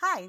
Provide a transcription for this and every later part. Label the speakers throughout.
Speaker 1: Hi,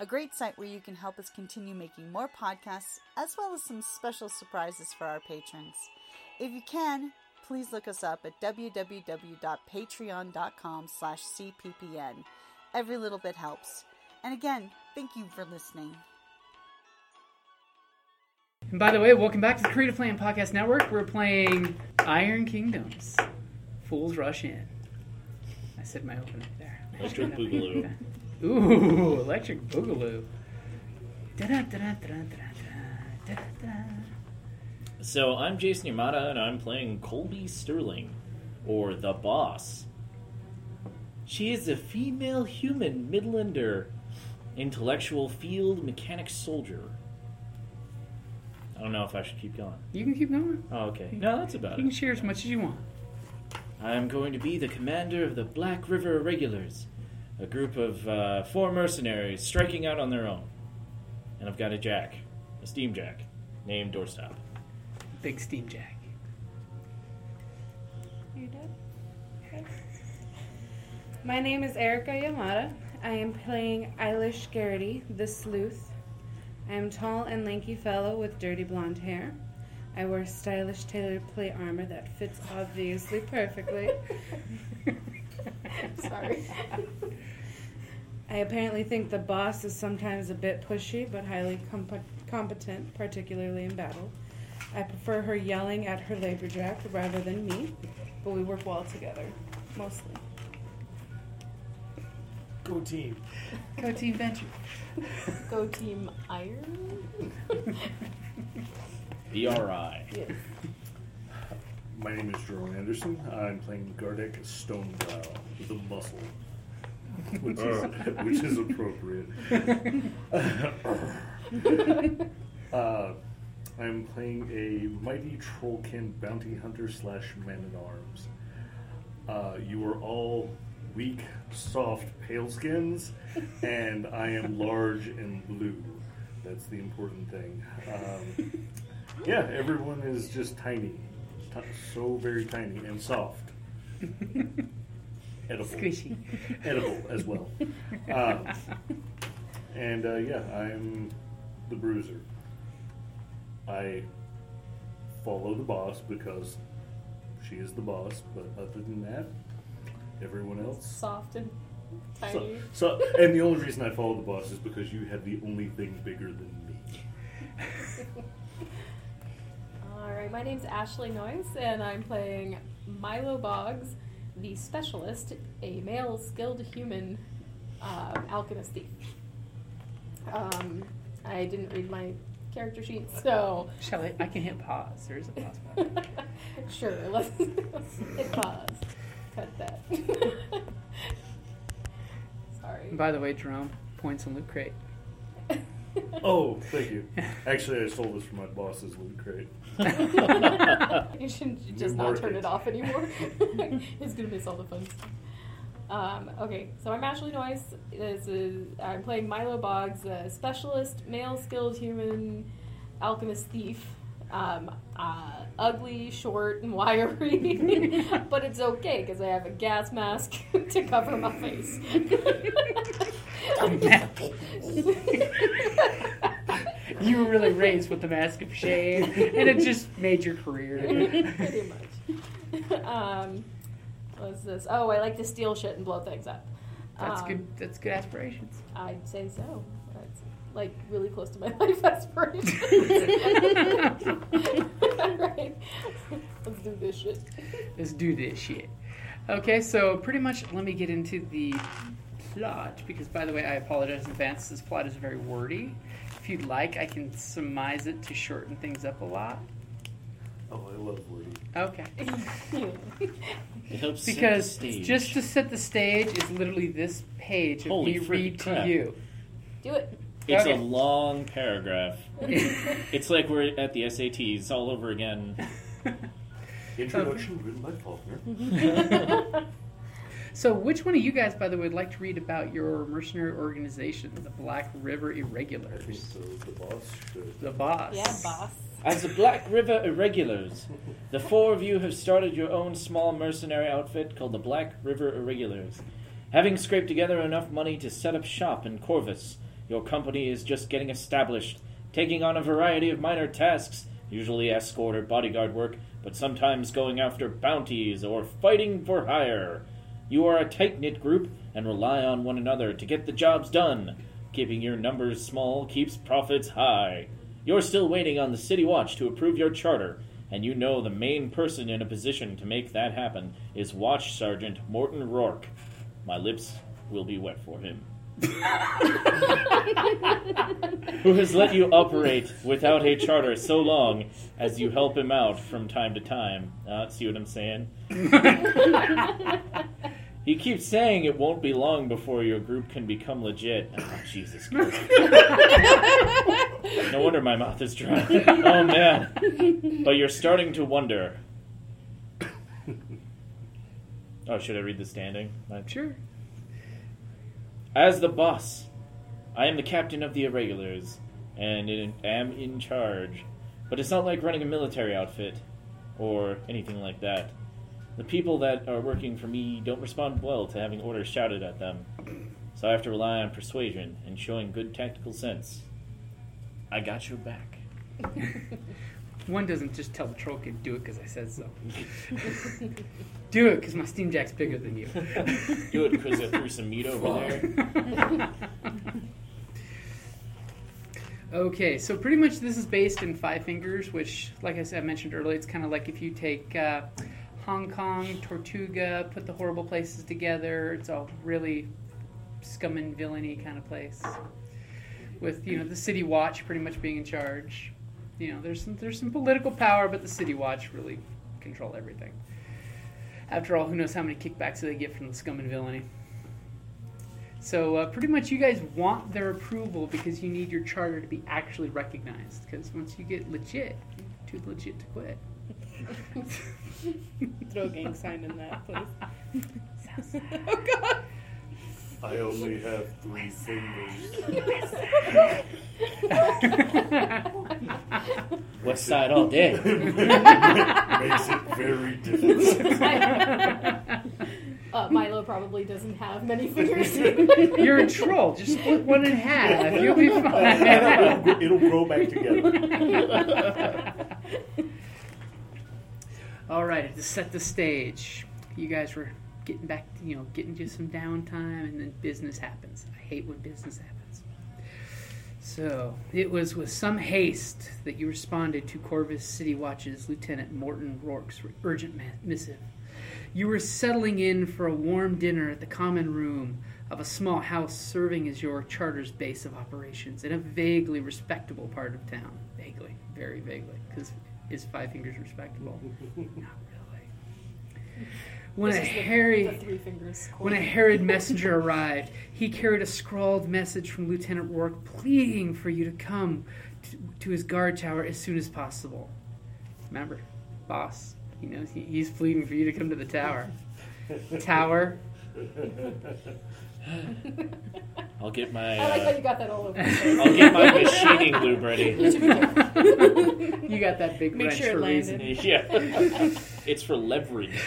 Speaker 1: a great site where you can help us continue making more podcasts as well as some special surprises for our patrons. If you can, please look us up at www.patreon.com/cppn. Every little bit helps. And again, thank you for listening.
Speaker 2: And by the way, welcome back to the Creative Plan Podcast Network. We're playing Iron Kingdoms. Fools Rush In. I said my opening there.
Speaker 3: Electric Boogaloo.
Speaker 2: Ooh, Electric Boogaloo. Da-da-da-da-da-da-da, da-da-da.
Speaker 3: So I'm Jason Yamada, and I'm playing Colby Sterling, or the boss. She is a female human Midlander, intellectual field mechanic soldier. I don't know if I should keep going.
Speaker 2: You can keep going.
Speaker 3: Oh, okay. No, that's
Speaker 2: You
Speaker 3: about
Speaker 2: can
Speaker 3: it.
Speaker 2: share as much as you want.
Speaker 3: I'm going to be the commander of the Black River Irregulars, a group of uh, four mercenaries striking out on their own. And I've got a jack, a steam jack, named Doorstop.
Speaker 2: Big Steam Jack.
Speaker 4: You did? Okay. My name is Erica Yamada. I am playing Eilish Garrity, the sleuth. I am tall and lanky fellow with dirty blonde hair. I wear stylish tailored plate armor that fits obviously perfectly.
Speaker 1: Sorry.
Speaker 4: I apparently think the boss is sometimes a bit pushy, but highly comp- competent, particularly in battle. I prefer her yelling at her labor jack rather than me, but we work well together, mostly.
Speaker 3: Go team.
Speaker 2: Go Team Venture.
Speaker 5: Go Team Iron?
Speaker 3: BRI.
Speaker 5: Yes.
Speaker 6: My name is Jerome Anderson. I'm playing Gardic Stonebrow, the muscle, which is, Uh, which is appropriate. uh, I'm playing a mighty trollkin bounty hunter slash man at arms. Uh, you are all weak, soft, pale skins, and I am large and blue. That's the important thing. Um, yeah, everyone is just tiny, Ti- so very tiny and soft, edible,
Speaker 2: Squishy.
Speaker 6: edible as well. Um, and uh, yeah, I'm the bruiser. I follow the boss because she is the boss, but other than that, everyone else.
Speaker 5: Soft and
Speaker 6: So,
Speaker 5: tiny.
Speaker 6: so, and the only reason I follow the boss is because you have the only thing bigger than me.
Speaker 5: Alright, my name's Ashley Noyes, and I'm playing Milo Boggs, the specialist, a male skilled human uh, alchemist thief. Um, I didn't read my character sheet, so.
Speaker 2: Shall I? I can hit pause. There is a pause button.
Speaker 5: sure, let's, let's hit pause. Cut that.
Speaker 2: And
Speaker 5: Sorry.
Speaker 2: by the way, Jerome, points on Loot Crate.
Speaker 6: Oh, thank you. Actually, I stole this from my boss's loot crate.
Speaker 5: you should
Speaker 6: New
Speaker 5: just not turn
Speaker 6: market.
Speaker 5: it off anymore. it's gonna miss all the fun stuff. Um, okay, so I'm Ashley Noyce. This is I'm playing Milo Boggs, a specialist, male skilled human alchemist thief. Um, uh, ugly, short, and wiry, but it's okay because I have a gas mask to cover my face.
Speaker 2: You were really raised with the mask of shame, and it just made your career.
Speaker 5: Pretty much. Um, what's this? Oh, I like to steal shit and blow things up.
Speaker 2: That's
Speaker 5: Um,
Speaker 2: good. That's good aspirations.
Speaker 5: I'd say so. Uh, That's like really close to my life aspiration. Alright. Let's do this shit.
Speaker 2: Let's do this shit. Okay, so pretty much let me get into the plot because, by the way, I apologize in advance. This plot is very wordy. If you'd like, I can surmise it to shorten things up a lot.
Speaker 6: Oh, I love Woody.
Speaker 2: Okay.
Speaker 3: It helps set the
Speaker 2: Because
Speaker 3: stage.
Speaker 2: just to set the stage is literally this page of
Speaker 3: Holy
Speaker 2: me
Speaker 3: freaking
Speaker 2: read
Speaker 3: crap.
Speaker 2: to you.
Speaker 5: Do it.
Speaker 3: it's
Speaker 2: okay.
Speaker 3: a long paragraph. It's like we're at the SATs all over again.
Speaker 6: Introduction written by Faulkner.
Speaker 2: so, which one of you guys, by the way, would like to read about your mercenary organization, the Black River
Speaker 6: I think
Speaker 2: Irregulars?
Speaker 6: so. The boss should.
Speaker 2: The boss.
Speaker 5: Yeah, boss.
Speaker 3: As the Black River Irregulars, the four of you have started your own small mercenary outfit called the Black River Irregulars. Having scraped together enough money to set up shop in Corvus, your company is just getting established, taking on a variety of minor tasks, usually escort or bodyguard work, but sometimes going after bounties or fighting for hire. You are a tight knit group and rely on one another to get the jobs done. Keeping your numbers small keeps profits high. You're still waiting on the City Watch to approve your charter, and you know the main person in a position to make that happen is Watch Sergeant Morton Rourke. My lips will be wet for him. Who has let you operate without a charter so long as you help him out from time to time? Uh, see what I'm saying? He keeps saying it won't be long before your group can become legit. Oh, Jesus Christ. no wonder my mouth is dry. Oh, man. But you're starting to wonder. Oh, should I read the standing? I-
Speaker 2: Sure.
Speaker 3: as the boss, I am the captain of the irregulars, and in, am in charge. But it's not like running a military outfit, or anything like that. The people that are working for me don't respond well to having orders shouted at them, so I have to rely on persuasion and showing good tactical sense. I got your back.
Speaker 2: One doesn't just tell the troll kid, do it because I said so. do it because my steam jack's bigger than you.
Speaker 3: Do it because I threw some meat over there.
Speaker 2: okay, so pretty much this is based in Five Fingers, which, like I said, I mentioned earlier, it's kind of like if you take uh, Hong Kong, Tortuga, put the horrible places together. It's all really scum and villainy kind of place. With you know the city watch pretty much being in charge. You know there's some, there's some political power, but the city watch really control everything. After all, who knows how many kickbacks they get from the scum and villainy. So uh, pretty much, you guys want their approval because you need your charter to be actually recognized. Because once you get legit, you're too legit to quit.
Speaker 4: Throw a gang sign in that, please.
Speaker 6: I only have three fingers.
Speaker 3: West side all day.
Speaker 6: Makes it very difficult.
Speaker 5: Uh, Milo probably doesn't have many fingers.
Speaker 2: You're a troll. Just split one in half. You'll be fine.
Speaker 6: it'll, it'll grow back together.
Speaker 2: All right, to set the stage, you guys were getting back, you know, getting to some downtime, and then business happens. I hate when business happens. So it was with some haste that you responded to Corvus City Watch's Lieutenant Morton Rourke's urgent ma- missive. You were settling in for a warm dinner at the common room of a small house serving as your charter's base of operations in a vaguely respectable part of town. Vaguely, very vaguely, because is Five Fingers respectable? Not really. When a hairy
Speaker 5: the three fingers.
Speaker 2: when a harried messenger arrived, he carried a scrawled message from Lieutenant Rourke pleading for you to come to, to his guard tower as soon as possible. Remember, boss, he knows he, he's pleading for you to come to the tower. tower.
Speaker 3: I'll get my
Speaker 5: I like how
Speaker 3: uh,
Speaker 5: you got that all over. the place.
Speaker 3: I'll get my machining lube ready.
Speaker 2: You got that big
Speaker 4: Make
Speaker 2: wrench
Speaker 4: sure it
Speaker 2: for a reason.
Speaker 4: landed.
Speaker 3: Yeah, it's for leverage.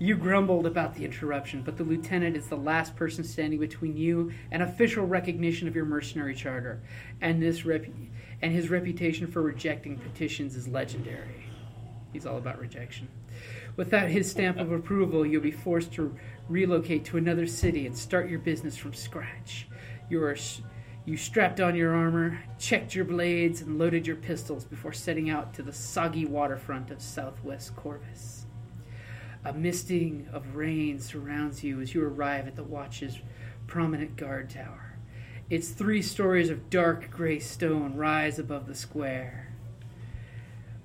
Speaker 2: You grumbled about the interruption, but the lieutenant is the last person standing between you and official recognition of your mercenary charter, and this rep- and his reputation for rejecting petitions is legendary. He's all about rejection. Without his stamp of approval, you'll be forced to relocate to another city and start your business from scratch. You are s- You strapped on your armor, checked your blades, and loaded your pistols before setting out to the soggy waterfront of southwest Corvus. A misting of rain surrounds you as you arrive at the Watch's prominent guard tower. Its three stories of dark gray stone rise above the square.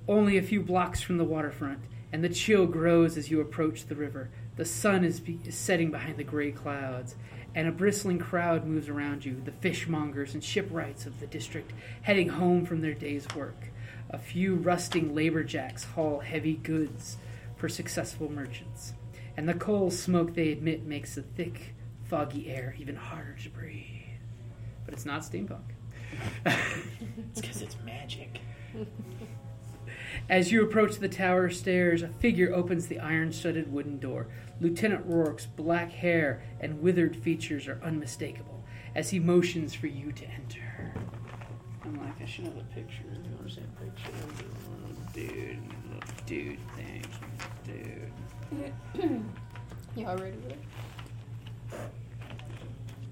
Speaker 2: Only a few blocks from the waterfront, and the chill grows as you approach the river. The sun is, be- is setting behind the gray clouds, and a bristling crowd moves around you the fishmongers and shipwrights of the district heading home from their day's work. A few rusting labor jacks haul heavy goods for successful merchants, and the coal smoke they emit makes the thick, foggy air even harder to breathe. But it's not steampunk.
Speaker 3: It's because it's magic.
Speaker 2: As you approach the tower stairs, a figure opens the iron studded wooden door. Lieutenant Rourke's black hair and withered features are unmistakable as he motions for you to enter. I'm like, I should have a picture. Where's that picture? Dude, dude, thank you, dude.
Speaker 5: You already read it?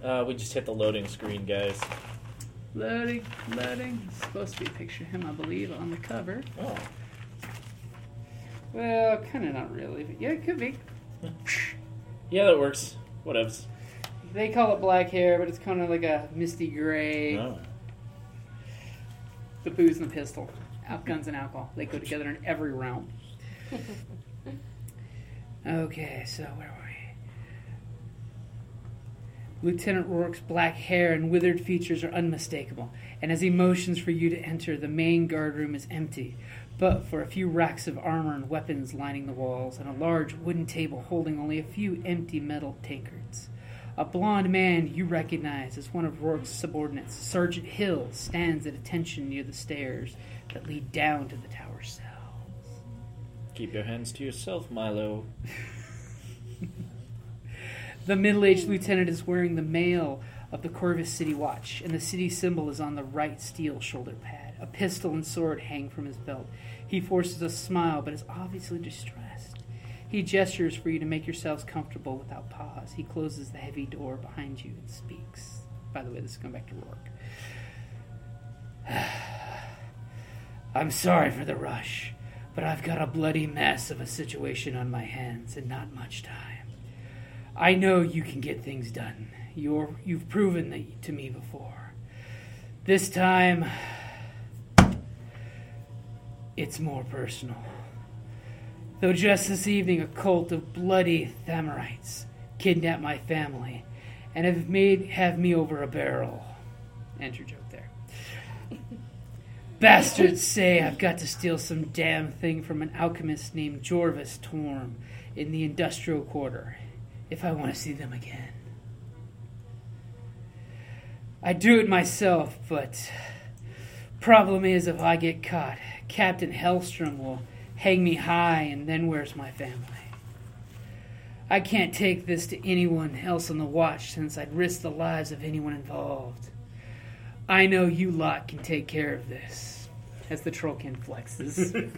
Speaker 3: Uh, we just hit the loading screen, guys.
Speaker 2: Loading, loading. It's supposed to be a picture of him, I believe, on the cover.
Speaker 3: Oh,
Speaker 2: Well, kind of not really, but yeah, it could be.
Speaker 3: yeah, that works. Whatevs.
Speaker 2: They call it black hair, but it's kind of like a misty gray.
Speaker 3: Oh.
Speaker 2: the booze and the pistol. Out guns and alcohol. They go together in every realm. okay, so where were we? Lieutenant Rourke's black hair and withered features are unmistakable, and as he motions for you to enter, the main guard room is empty, but for a few racks of armor and weapons lining the walls, and a large wooden table holding only a few empty metal tankards. A blond man you recognize as one of Rourke's subordinates, Sergeant Hill, stands at attention near the stairs that lead down to the tower cell.
Speaker 3: Keep your hands to yourself, Milo.
Speaker 2: The middle aged lieutenant is wearing the mail of the Corvus City Watch, and the city symbol is on the right steel shoulder pad. A pistol and sword hang from his belt. He forces a smile, but is obviously distressed. He gestures for you to make yourselves comfortable without pause. He closes the heavy door behind you and speaks. By the way, this is going back to Rourke. I'm sorry for the rush, but I've got a bloody mess of a situation on my hands and not much time. I know you can get things done. You're, you've proven that to me before. This time, it's more personal. Though just this evening, a cult of bloody Thamarites kidnapped my family and have made have me over a barrel. Enter joke there. Bastards say I've got to steal some damn thing from an alchemist named Jorvis Torm in the industrial quarter if I want to see them again. I do it myself, but problem is if I get caught, Captain Hellstrom will hang me high and then where's my family? I can't take this to anyone else on the watch since I'd risk the lives of anyone involved. I know you lot can take care of this. As the trollkin flexes.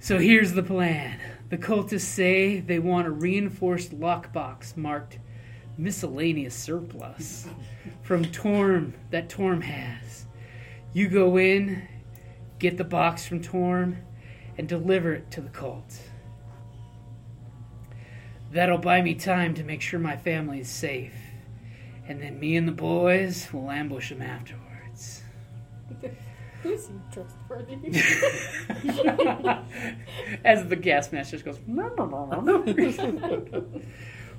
Speaker 2: so here's the plan. The cultists say they want a reinforced lockbox marked miscellaneous surplus from Torm that Torm has. You go in, get the box from Torm, and deliver it to the cult. That'll buy me time to make sure my family is safe and then me and the boys will ambush him afterwards.
Speaker 5: You seem trustworthy.
Speaker 2: As the gas mask just goes.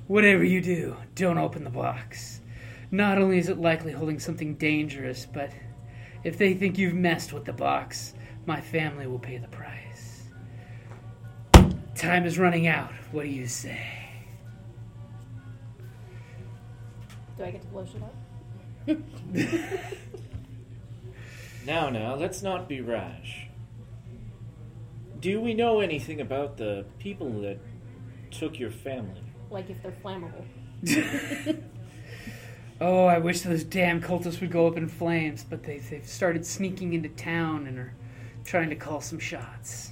Speaker 2: Whatever you do, don't open the box. Not only is it likely holding something dangerous, but if they think you've messed with the box, my family will pay the price. Time is running out. What do you say?
Speaker 5: Do I get to blow shit up?
Speaker 3: Now, now, let's not be rash. Do we know anything about the people that took your family?
Speaker 5: Like if they're flammable.
Speaker 2: Oh, I wish those damn cultists would go up in flames, but they, they've started sneaking into town and are trying to call some shots.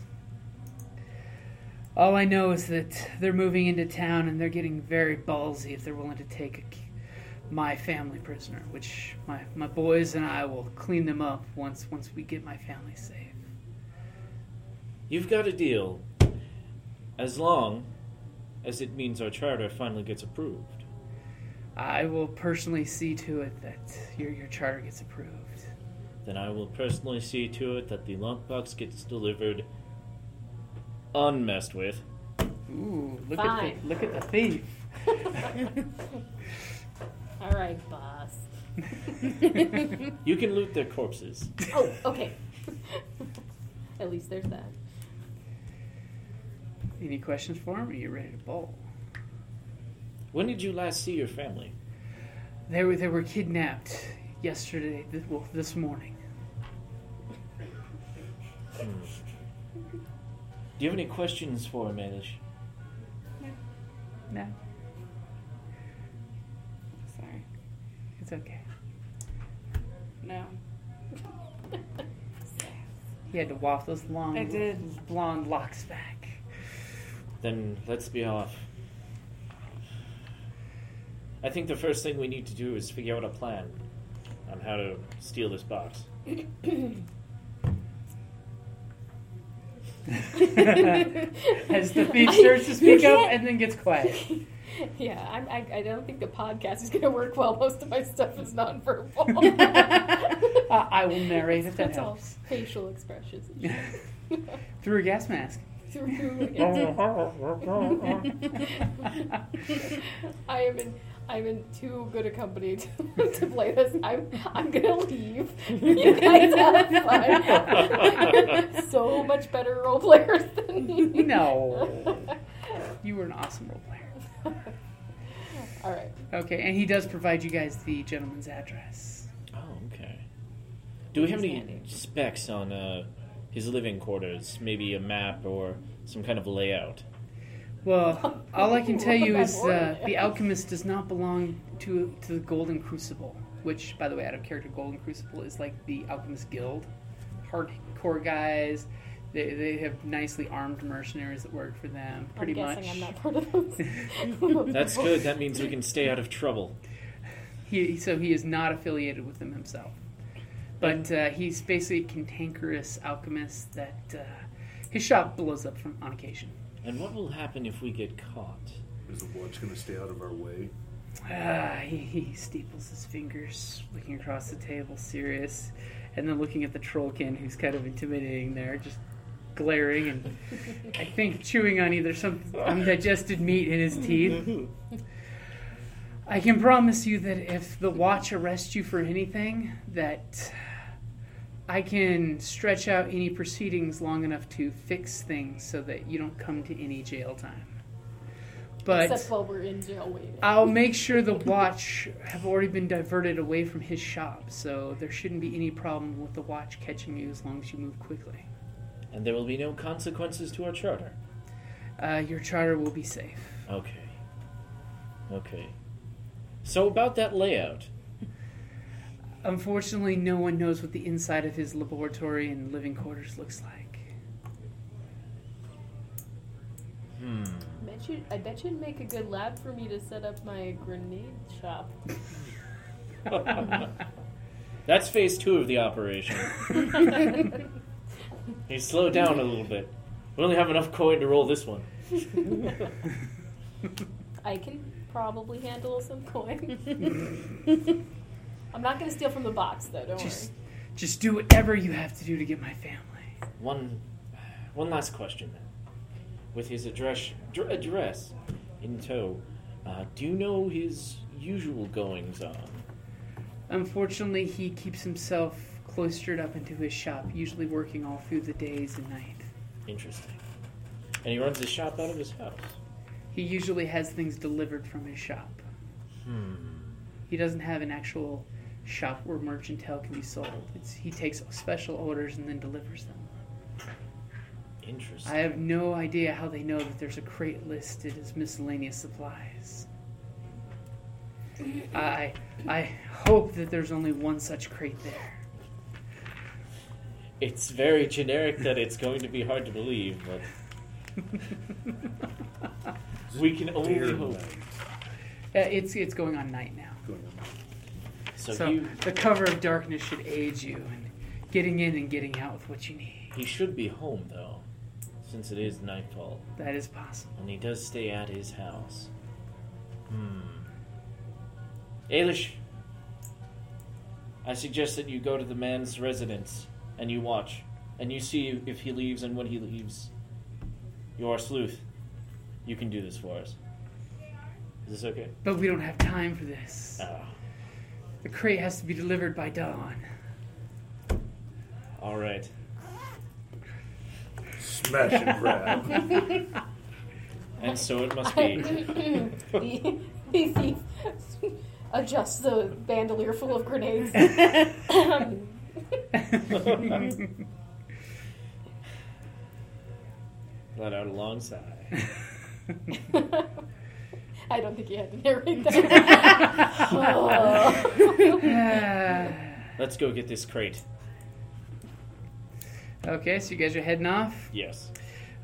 Speaker 2: All I know is that they're moving into town and they're getting very ballsy if they're willing to take a c- my family prisoner, which my, my boys and I will clean them up once once we get my family safe.
Speaker 3: You've got a deal. As long as it means our charter finally gets approved.
Speaker 2: I will personally see to it that your your charter gets approved.
Speaker 3: Then I will personally see to it that the lockbox gets delivered unmessed with.
Speaker 2: Ooh, look at
Speaker 5: Fine.
Speaker 2: the look at the thief.
Speaker 5: All right, boss.
Speaker 3: You can loot their corpses.
Speaker 5: Oh, okay. At least there's that.
Speaker 2: Any questions for him? Are you ready to bowl?
Speaker 3: When did you last see your family?
Speaker 2: They were they were kidnapped yesterday. This, well, this morning.
Speaker 3: Do you have any questions for him, Elish?
Speaker 2: No,
Speaker 4: Sorry.
Speaker 2: it's okay.
Speaker 4: No.
Speaker 2: He had to waft those long,
Speaker 4: I did.
Speaker 2: those blonde locks back.
Speaker 3: Then let's be off. I think the first thing we need to do is figure out a plan on how to steal this box.
Speaker 2: As the thief starts to speak up and then gets quiet.
Speaker 5: Yeah, I'm, I, I don't think the podcast is going to work well. Most of my stuff is nonverbal.
Speaker 2: I- I will narrate if that
Speaker 5: That's all
Speaker 2: helps.
Speaker 5: facial expressions.
Speaker 2: Through a gas mask. Oh,
Speaker 5: Through- I am in. I'm in too good a company to, to play this. I'm. I'm gonna leave. You guys have fun. so much better role players than me.
Speaker 2: No. You were an awesome role player.
Speaker 5: All right.
Speaker 2: Okay, and he does provide you guys the gentleman's address.
Speaker 3: Oh, okay. Do we have any
Speaker 5: Sandy.
Speaker 3: specs on uh, his living quarters? Maybe a map or some kind of layout?
Speaker 2: Well, all I can tell you is uh,
Speaker 5: Memorial.
Speaker 2: the alchemist does not belong to to the Golden Crucible, which, by the way, out of character, Golden Crucible is like the alchemist guild, hardcore guys. They, they have nicely armed mercenaries that work for them, pretty
Speaker 5: I'm
Speaker 2: much.
Speaker 5: guessing I'm not part of those.
Speaker 3: That's good. That means we can stay out of trouble.
Speaker 2: He, so he is not affiliated with them himself. But uh, he's basically a cantankerous alchemist that uh, his shop blows up from on occasion.
Speaker 3: And what will happen if we get caught?
Speaker 6: Is the watch going to stay out of our way?
Speaker 2: Ah, he, he steeples his fingers, looking across the table, serious, and then looking at the trollkin, who's kind of intimidating there, just glaring and I think chewing on either some undigested meat in his teeth. I can promise you that if the watch arrests you for anything, that I can stretch out any proceedings long enough to fix things so that you don't come to any jail time. But
Speaker 5: Except while we're in jail waiting.
Speaker 2: I'll make sure the watch have already been diverted away from his shop, so there shouldn't be any problem with the watch catching you as long as you move quickly.
Speaker 3: And there will be no consequences to our charter.
Speaker 2: Uh, your charter will be safe.
Speaker 3: Okay. Okay. So about that layout.
Speaker 2: Unfortunately, no one knows what the inside of his laboratory and living quarters looks like.
Speaker 5: Bet you, I bet you'd make a good lab for me to set up my grenade shop.
Speaker 3: That's phase two of the operation. You slow down a little bit. We only have enough coin to roll this one.
Speaker 5: I can probably handle some coin. I'm not gonna steal from the box though. Don't
Speaker 2: Just, just do whatever you have to do to get my family.
Speaker 3: One, one last question then. With his address, dr- address in tow, uh, do you know his usual goings on?
Speaker 2: Unfortunately, he keeps himself cloistered up into his shop, usually working all through the days and night.
Speaker 3: Interesting. And he runs his shop out of his house.
Speaker 2: He usually has things delivered from his shop. He doesn't have an actual shop where mercantile can be sold. It's, he takes special orders and then delivers them.
Speaker 3: Interesting.
Speaker 2: I have no idea how they know that there's a crate listed as miscellaneous supplies. I I hope that there's only one such crate there.
Speaker 3: It's very generic that it's going to be hard to believe, but we can only
Speaker 6: Dear
Speaker 3: hope.
Speaker 6: night.
Speaker 2: Uh, it's it's going on night now.
Speaker 6: going on.
Speaker 3: So,
Speaker 2: So,
Speaker 3: he,
Speaker 2: the cover of darkness should aid you in getting in and getting out with what you need.
Speaker 3: he should be home, though, since it is nightfall.
Speaker 2: That is possible.
Speaker 3: And he does stay at his house. Hmm. Ailish, I suggest that you go to the man's residence and you watch, and you see if he leaves and when he leaves. You are sleuth. You can do this for us. Is this okay?
Speaker 2: But we don't have time for this.
Speaker 3: Ah,
Speaker 2: The crate has to be delivered by dawn.
Speaker 3: all right.
Speaker 6: Smash and grab.
Speaker 3: And so it must be.
Speaker 5: he, he sees, adjusts the bandolier full of grenades. Um,
Speaker 3: Let out a long sigh.
Speaker 5: I don't think he had to narrate that. Oh.
Speaker 2: Uh,
Speaker 3: Let's go get this crate.
Speaker 2: okay, so you guys are heading off.
Speaker 3: Yes.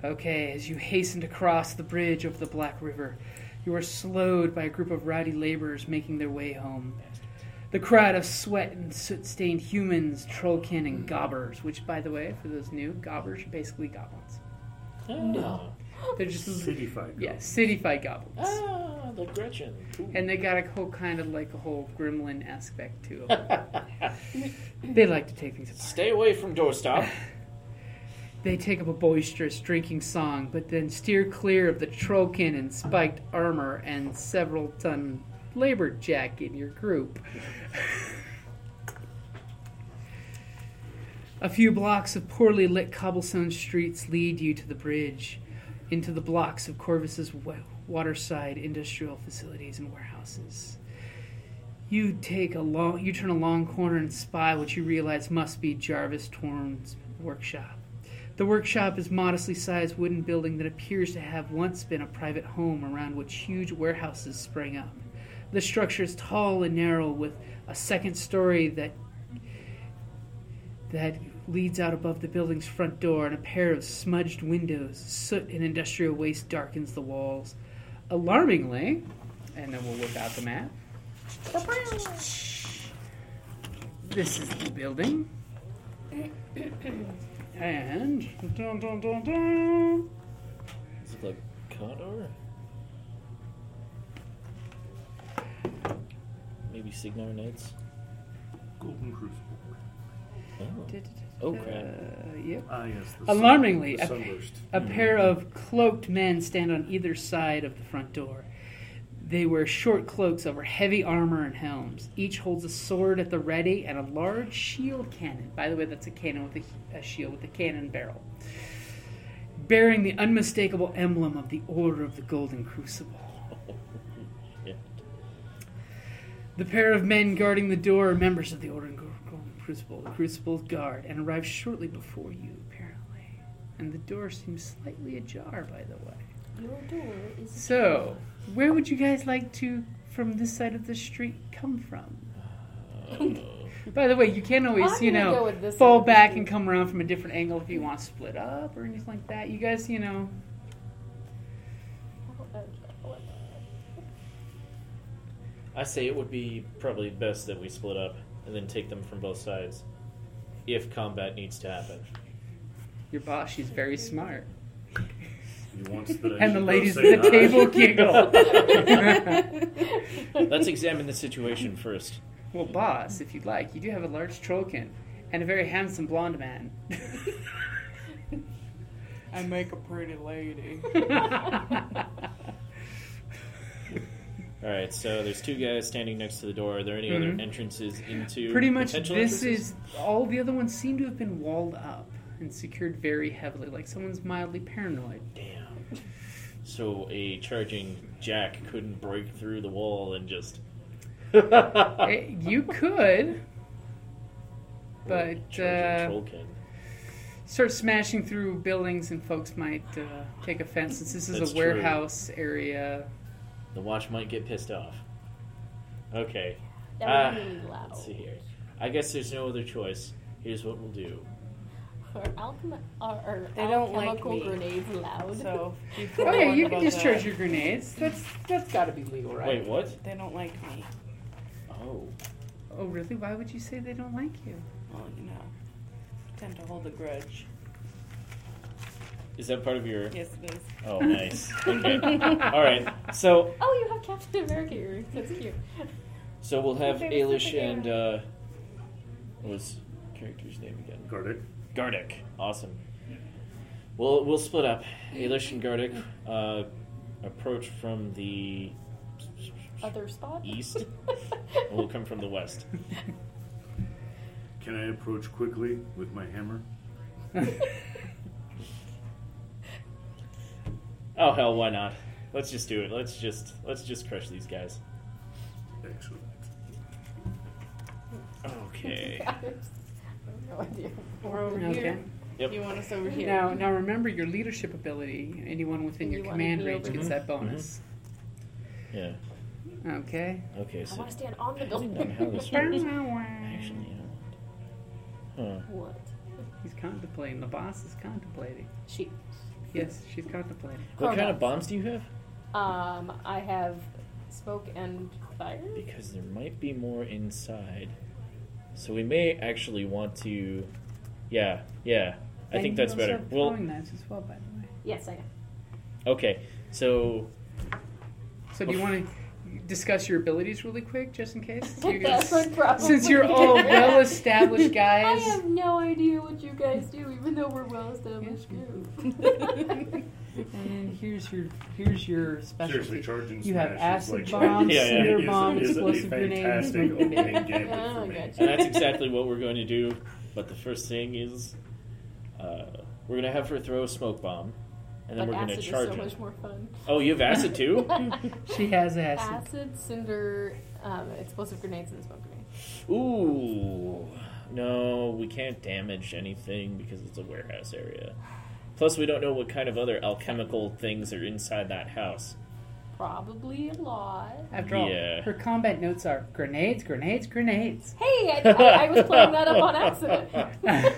Speaker 2: Okay, as you hastened across the bridge over the Black River, you were slowed by a group of rowdy laborers making their way home. The crowd of sweat and soot stained humans, trollkin, and gobbers, which, by the way, for those new, gobbers are basically goblins.
Speaker 3: No.
Speaker 2: They're just,
Speaker 6: City fight.
Speaker 2: yeah, city-fied goblins.
Speaker 3: Ah, the Gretchen. Cool.
Speaker 2: And they got a whole kind of like a whole gremlin aspect to them. they like to take things apart.
Speaker 3: Stay away from doorstop.
Speaker 2: They take up a boisterous drinking song, but then steer clear of the trollkin and spiked armor and several ton labor jack in your group. a few blocks of poorly lit cobblestone streets lead you to the bridge, into the blocks of Corvus's wa- waterside industrial facilities and warehouses. You take a long, you turn a long corner and spy what you realize must be Jarvis Torn's workshop. The workshop is modestly sized wooden building that appears to have once been a private home around which huge warehouses sprang up. The structure is tall and narrow with a second story that that leads out above the building's front door and a pair of smudged windows. Soot and industrial waste darkens the walls. Alarmingly, and then we'll whip out the map. This is the building. And dun, dun, dun, dun.
Speaker 3: Is it like Condor? Maybe Signar Knights?
Speaker 6: Golden Crucible.
Speaker 3: Oh.
Speaker 2: Uh,
Speaker 3: Oh, crap.
Speaker 2: yep.
Speaker 6: Ah, yes. The
Speaker 2: Alarmingly, uh,
Speaker 6: Sun,
Speaker 2: a,
Speaker 6: the sunburst.
Speaker 2: a pair of cloaked men stand on either side of the front door. They wear short cloaks over heavy armor and helms. Each holds a sword at the ready and a large shield cannon. By the way, that's a cannon with a, a shield with a cannon barrel. Bearing the unmistakable emblem of the Order of the Golden Crucible.
Speaker 3: Yeah.
Speaker 2: The pair of men guarding the door are members of the Order of Golden Crucible, the Crucible's guard, and arrive shortly before you, apparently. And the door seems slightly ajar, by the way.
Speaker 5: Your door is
Speaker 2: So, where would you guys like to, from this side of the street, come from? by the way, you can always,
Speaker 5: I'm
Speaker 2: you
Speaker 5: gonna go
Speaker 2: know,
Speaker 5: with this
Speaker 2: fall
Speaker 5: side of the
Speaker 2: back
Speaker 5: street.
Speaker 2: and come around from a different angle if you want to split up or anything like that. You guys, you know,
Speaker 3: I say it would be probably best that we split up and then take them from both sides if combat needs to happen.
Speaker 2: your boss, she's very smart.
Speaker 6: He wants that I
Speaker 2: And the
Speaker 6: should go
Speaker 2: ladies
Speaker 6: say
Speaker 2: at the
Speaker 6: hi.
Speaker 2: table giggle.
Speaker 3: Let's examine the situation first.
Speaker 2: Well, boss, if you'd like, you do have a large trollkin and a very handsome blonde man.
Speaker 7: I make a pretty lady.
Speaker 3: Alright, so there's two guys standing next to the door. Are there any
Speaker 2: Mhm.
Speaker 3: other entrances into.
Speaker 2: Pretty much,
Speaker 3: potential
Speaker 2: this
Speaker 3: entrances?
Speaker 2: is all the other ones seem to have been walled up and secured very heavily, like someone's mildly paranoid.
Speaker 3: Damn. So a charging jack couldn't break through the wall and just.
Speaker 2: Eh, you could, but
Speaker 3: Charging
Speaker 2: uh,
Speaker 3: Trollkin.
Speaker 2: start smashing through buildings and folks might uh, take offense since this is
Speaker 3: That's
Speaker 2: a
Speaker 3: true.
Speaker 2: warehouse area.
Speaker 3: The watch might get pissed off. Okay,
Speaker 5: that
Speaker 3: Ah,
Speaker 7: Uh,
Speaker 5: would be loud.
Speaker 3: let's see here. I guess there's no other choice. Here's what we'll do.
Speaker 5: Are, alchemi- are, are
Speaker 7: They don't like
Speaker 5: alchemical
Speaker 7: me.
Speaker 5: grenades loud?
Speaker 7: So keep
Speaker 2: Oh yeah,
Speaker 7: going
Speaker 2: you
Speaker 7: about
Speaker 2: can just
Speaker 7: that.
Speaker 2: charge your grenades. That's that's got to be legal, right?
Speaker 3: Wait, what?
Speaker 7: They don't like me.
Speaker 3: Oh.
Speaker 2: Oh, really? Why would you say they don't like you?
Speaker 7: Well, you know, tend to hold a grudge.
Speaker 3: Is that part of your.
Speaker 7: Yes, it is.
Speaker 3: Oh, nice. Okay. All right. So
Speaker 5: Oh, you have Captain America earrings. That's cute.
Speaker 3: so we'll have
Speaker 5: My favorite
Speaker 3: Ailish
Speaker 5: superhero.
Speaker 3: and. Uh, what was character's name again?
Speaker 6: Gardic.
Speaker 3: Gardic. Awesome. We'll, we'll split up. Ailish and Gardic uh, approach from the
Speaker 5: Other spot.
Speaker 3: east, and we'll come from the west.
Speaker 6: Can I approach quickly with my hammer?
Speaker 3: Oh hell, why not? Let's just do it. Let's just let's just crush these guys.
Speaker 6: Excellent.
Speaker 3: Okay.
Speaker 5: I have no idea.
Speaker 4: Or over here.
Speaker 3: Yep.
Speaker 4: You want us over here?
Speaker 2: Now, now remember your leadership ability. Anyone within
Speaker 5: You
Speaker 2: your
Speaker 5: wanna
Speaker 2: command
Speaker 5: be
Speaker 2: range
Speaker 5: over
Speaker 2: gets
Speaker 3: here.
Speaker 2: that bonus.
Speaker 3: Yeah. Mm-hmm.
Speaker 2: Okay.
Speaker 3: Okay.
Speaker 5: I
Speaker 3: So
Speaker 5: want to stand on the
Speaker 3: depending on how
Speaker 5: building.
Speaker 3: this works, actually, you know. Huh.
Speaker 5: what?
Speaker 2: He's contemplating. The boss is contemplating.
Speaker 5: She.
Speaker 2: Yes, she's contemplating.
Speaker 3: What kind
Speaker 5: Chromebooks.
Speaker 3: of bombs do you have?
Speaker 5: Um, I have smoke and fire.
Speaker 3: Because there might be more inside, so we may actually want to. Yeah. Yeah. I think that's better.
Speaker 2: Well,
Speaker 3: Well,
Speaker 2: knives as well, by the way.
Speaker 5: Yes, I know.
Speaker 3: okay. So
Speaker 2: So do you want to discuss your abilities really quick, just in case? You
Speaker 5: That's
Speaker 2: guys-
Speaker 5: what probably.
Speaker 2: since you're all well-established
Speaker 5: I
Speaker 2: guys.
Speaker 5: have no idea what you guys do, even though we're well-established group.
Speaker 2: And here's your here's your specialty.
Speaker 6: Seriously, charging
Speaker 2: You have acid
Speaker 6: like,
Speaker 2: bombs,
Speaker 3: Yeah, yeah.
Speaker 2: cinder
Speaker 6: It is-
Speaker 2: bombs,
Speaker 6: it is a
Speaker 2: explosive grenades.
Speaker 6: fantastic opening game
Speaker 5: Oh,
Speaker 6: for me.
Speaker 5: gotcha.
Speaker 3: And that's exactly what we're going to do. But the first thing is, uh, we're going to have her throw a smoke bomb, and then we're
Speaker 5: but
Speaker 3: going to
Speaker 5: acid is
Speaker 3: charge
Speaker 5: so
Speaker 3: it.
Speaker 5: much more fun.
Speaker 3: Oh, you have acid too?
Speaker 2: She has acid.
Speaker 5: Acid, cinder, um, explosive grenades, and smoke grenades.
Speaker 3: Ooh, no, we can't damage anything because it's a warehouse area. Plus, we don't know what kind of other alchemical things are inside that house.
Speaker 5: Probably a lot.
Speaker 2: After all,
Speaker 3: Yeah.
Speaker 2: her combat notes are grenades, grenades, grenades.
Speaker 5: Hey, I, I, I was playing that up on accident.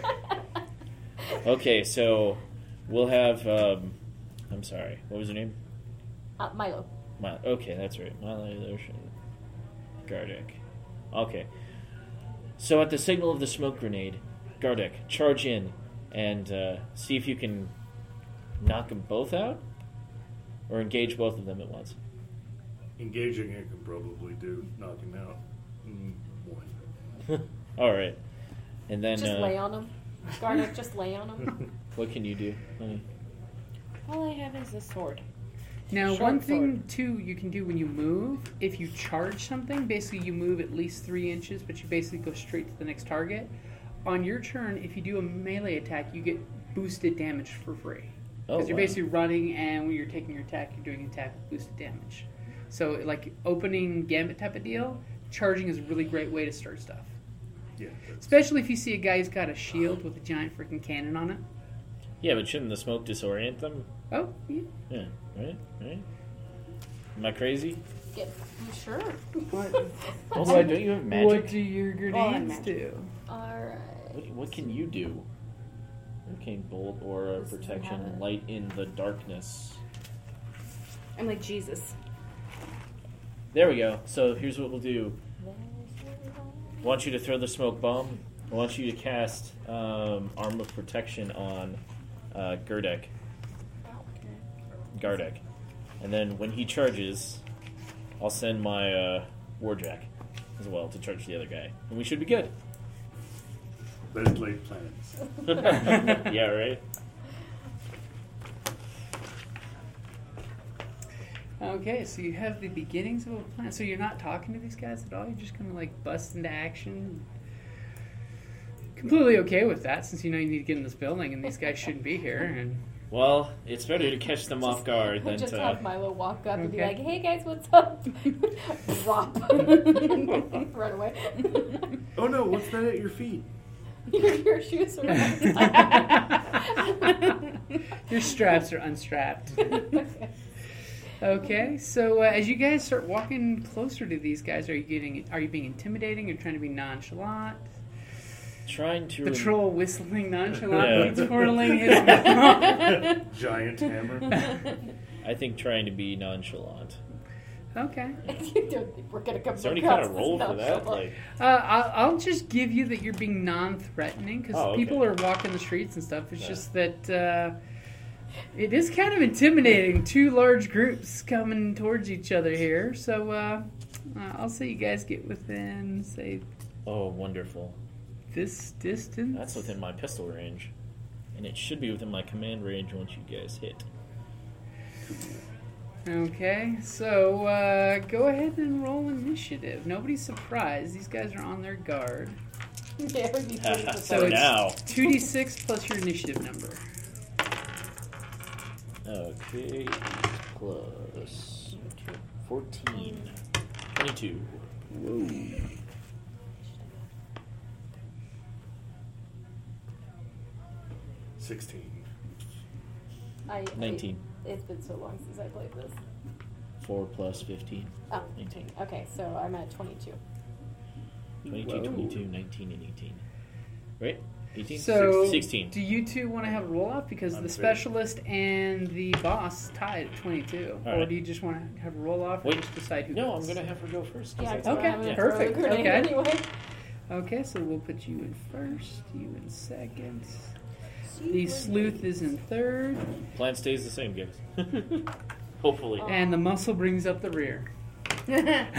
Speaker 3: Okay, so we'll have. Um, I'm sorry. What was her name?
Speaker 5: uh, Milo.
Speaker 3: Mil- okay, that's right. Miley Lotion. Gardic. Okay. So at the signal of the smoke grenade, Gardic, charge in and uh, see if you can knock them both out or engage both of them at once.
Speaker 6: Engaging it can probably do. Knocking out. Mm, one.
Speaker 3: All right. And then
Speaker 5: Just lay
Speaker 3: uh,
Speaker 5: on him. Garnet, just lay on him.
Speaker 3: what can you do? honey?
Speaker 4: All I have is a sword.
Speaker 2: Now,
Speaker 4: Short
Speaker 2: one thing too you can do when you move, if you charge something, basically you move at least three inches, but you basically go straight to the next target. On your turn, if you do a melee attack, you get boosted damage for free.
Speaker 3: Oh,
Speaker 2: Because you're
Speaker 3: wow.
Speaker 2: basically running, and when you're taking your attack, you're doing attack with boosted damage. So, like opening gambit type of deal, charging is a really great way to start stuff.
Speaker 6: Yeah. that's-
Speaker 2: Especially if you see a guy who's got a shield with a giant freaking cannon on it.
Speaker 3: Yeah, but shouldn't the smoke disorient them?
Speaker 2: Oh, yeah.
Speaker 3: Yeah, right? Right? Am I crazy?
Speaker 5: Get, you sure?
Speaker 2: What,
Speaker 3: Also, don't you have magic?
Speaker 2: do your
Speaker 4: grenades
Speaker 2: grenades do?
Speaker 5: Alright.
Speaker 3: What, what can you do? Hurricane bolt or uh,
Speaker 5: Does he have
Speaker 3: protection
Speaker 5: it?
Speaker 3: light in the darkness.
Speaker 4: I'm like Jesus.
Speaker 3: There we go. So here's what we'll do. I want you to throw the smoke bomb. I want you to cast um, arm of protection on uh, Gerdek, Gardek, and then when he charges, I'll send my uh, Warjack as well to charge the other guy, and we should be good.
Speaker 6: Best laid plans.
Speaker 3: yeah, right.
Speaker 2: Okay, so you have the beginnings of a plan. So you're not talking to these guys at all. You're just gonna like bust into action. Completely okay with that, since you know you need to get in this building, and these guys shouldn't be here. And
Speaker 3: Well, it's better to catch them off guard than
Speaker 5: just
Speaker 3: to.
Speaker 5: have Milo walk up and be
Speaker 2: Okay.
Speaker 5: like, hey guys, what's up? Drop. Run away.
Speaker 6: Oh no! What's that at your feet?
Speaker 5: your, your shoes are
Speaker 2: your straps are unstrapped. Okay, so uh, as you guys start walking closer to these guys, are you getting? Are you being intimidating? You're trying to be nonchalant.
Speaker 3: Trying to
Speaker 2: The
Speaker 3: rem-
Speaker 2: troll whistling nonchalantly,
Speaker 3: Yeah.
Speaker 2: twirling his. mouth.
Speaker 6: Giant hammer.
Speaker 3: I think trying to be nonchalant.
Speaker 2: Okay.
Speaker 5: you don't think we're gonna come
Speaker 3: Is there any kind
Speaker 5: across
Speaker 3: of
Speaker 5: this
Speaker 3: role for
Speaker 5: mouth
Speaker 3: that?
Speaker 5: shovel?
Speaker 3: Like,
Speaker 2: Uh, I'll, I'll just give you that you're being non-threatening because
Speaker 3: Oh, okay.
Speaker 2: people are walking the streets and stuff. It's
Speaker 3: Yeah.
Speaker 2: just that uh, it is kind of intimidating. Two large groups coming towards each other here. So uh, uh, I'll say you guys get within say
Speaker 3: oh, wonderful.
Speaker 2: this distance.
Speaker 3: That's within my pistol range, and it should be within my command range once you guys hit.
Speaker 2: Okay, so uh, go ahead and roll initiative. Nobody's surprised. These guys are on their guard.
Speaker 5: Yeah, we'd be pretty
Speaker 3: so
Speaker 2: it's-
Speaker 3: now,
Speaker 2: Two d six plus your initiative number.
Speaker 3: okay, plus 14, 22.
Speaker 6: Sixteen.
Speaker 5: I, I-
Speaker 3: 19.
Speaker 5: it's been so long since I played this.
Speaker 3: 4 plus 15.
Speaker 5: Oh,
Speaker 3: 19.
Speaker 5: okay, so I'm at 22.
Speaker 3: 22,
Speaker 2: Whoa.
Speaker 3: 22, 19, and 18. Right? 18?
Speaker 2: So,
Speaker 3: 16.
Speaker 2: do you two want to have a roll off? Because
Speaker 6: I'm
Speaker 2: the
Speaker 6: good.
Speaker 2: specialist and the boss tied at 22.
Speaker 3: All
Speaker 2: or
Speaker 3: right.
Speaker 2: do you just want to have a roll off
Speaker 3: Wait.
Speaker 2: and just decide who
Speaker 3: No, I'm
Speaker 2: goes?
Speaker 3: going to have her go first. 'cause
Speaker 5: Yeah,
Speaker 3: that's
Speaker 5: so
Speaker 2: okay,
Speaker 5: I'm gonna throw
Speaker 2: perfect,
Speaker 5: the grenade
Speaker 2: okay.
Speaker 5: Anyway.
Speaker 2: Okay, so we'll put you in first, you in second. The sleuth is in third,
Speaker 3: what- Plan stays the same, guys. Hopefully.
Speaker 2: and the muscle brings up the rear.
Speaker 6: I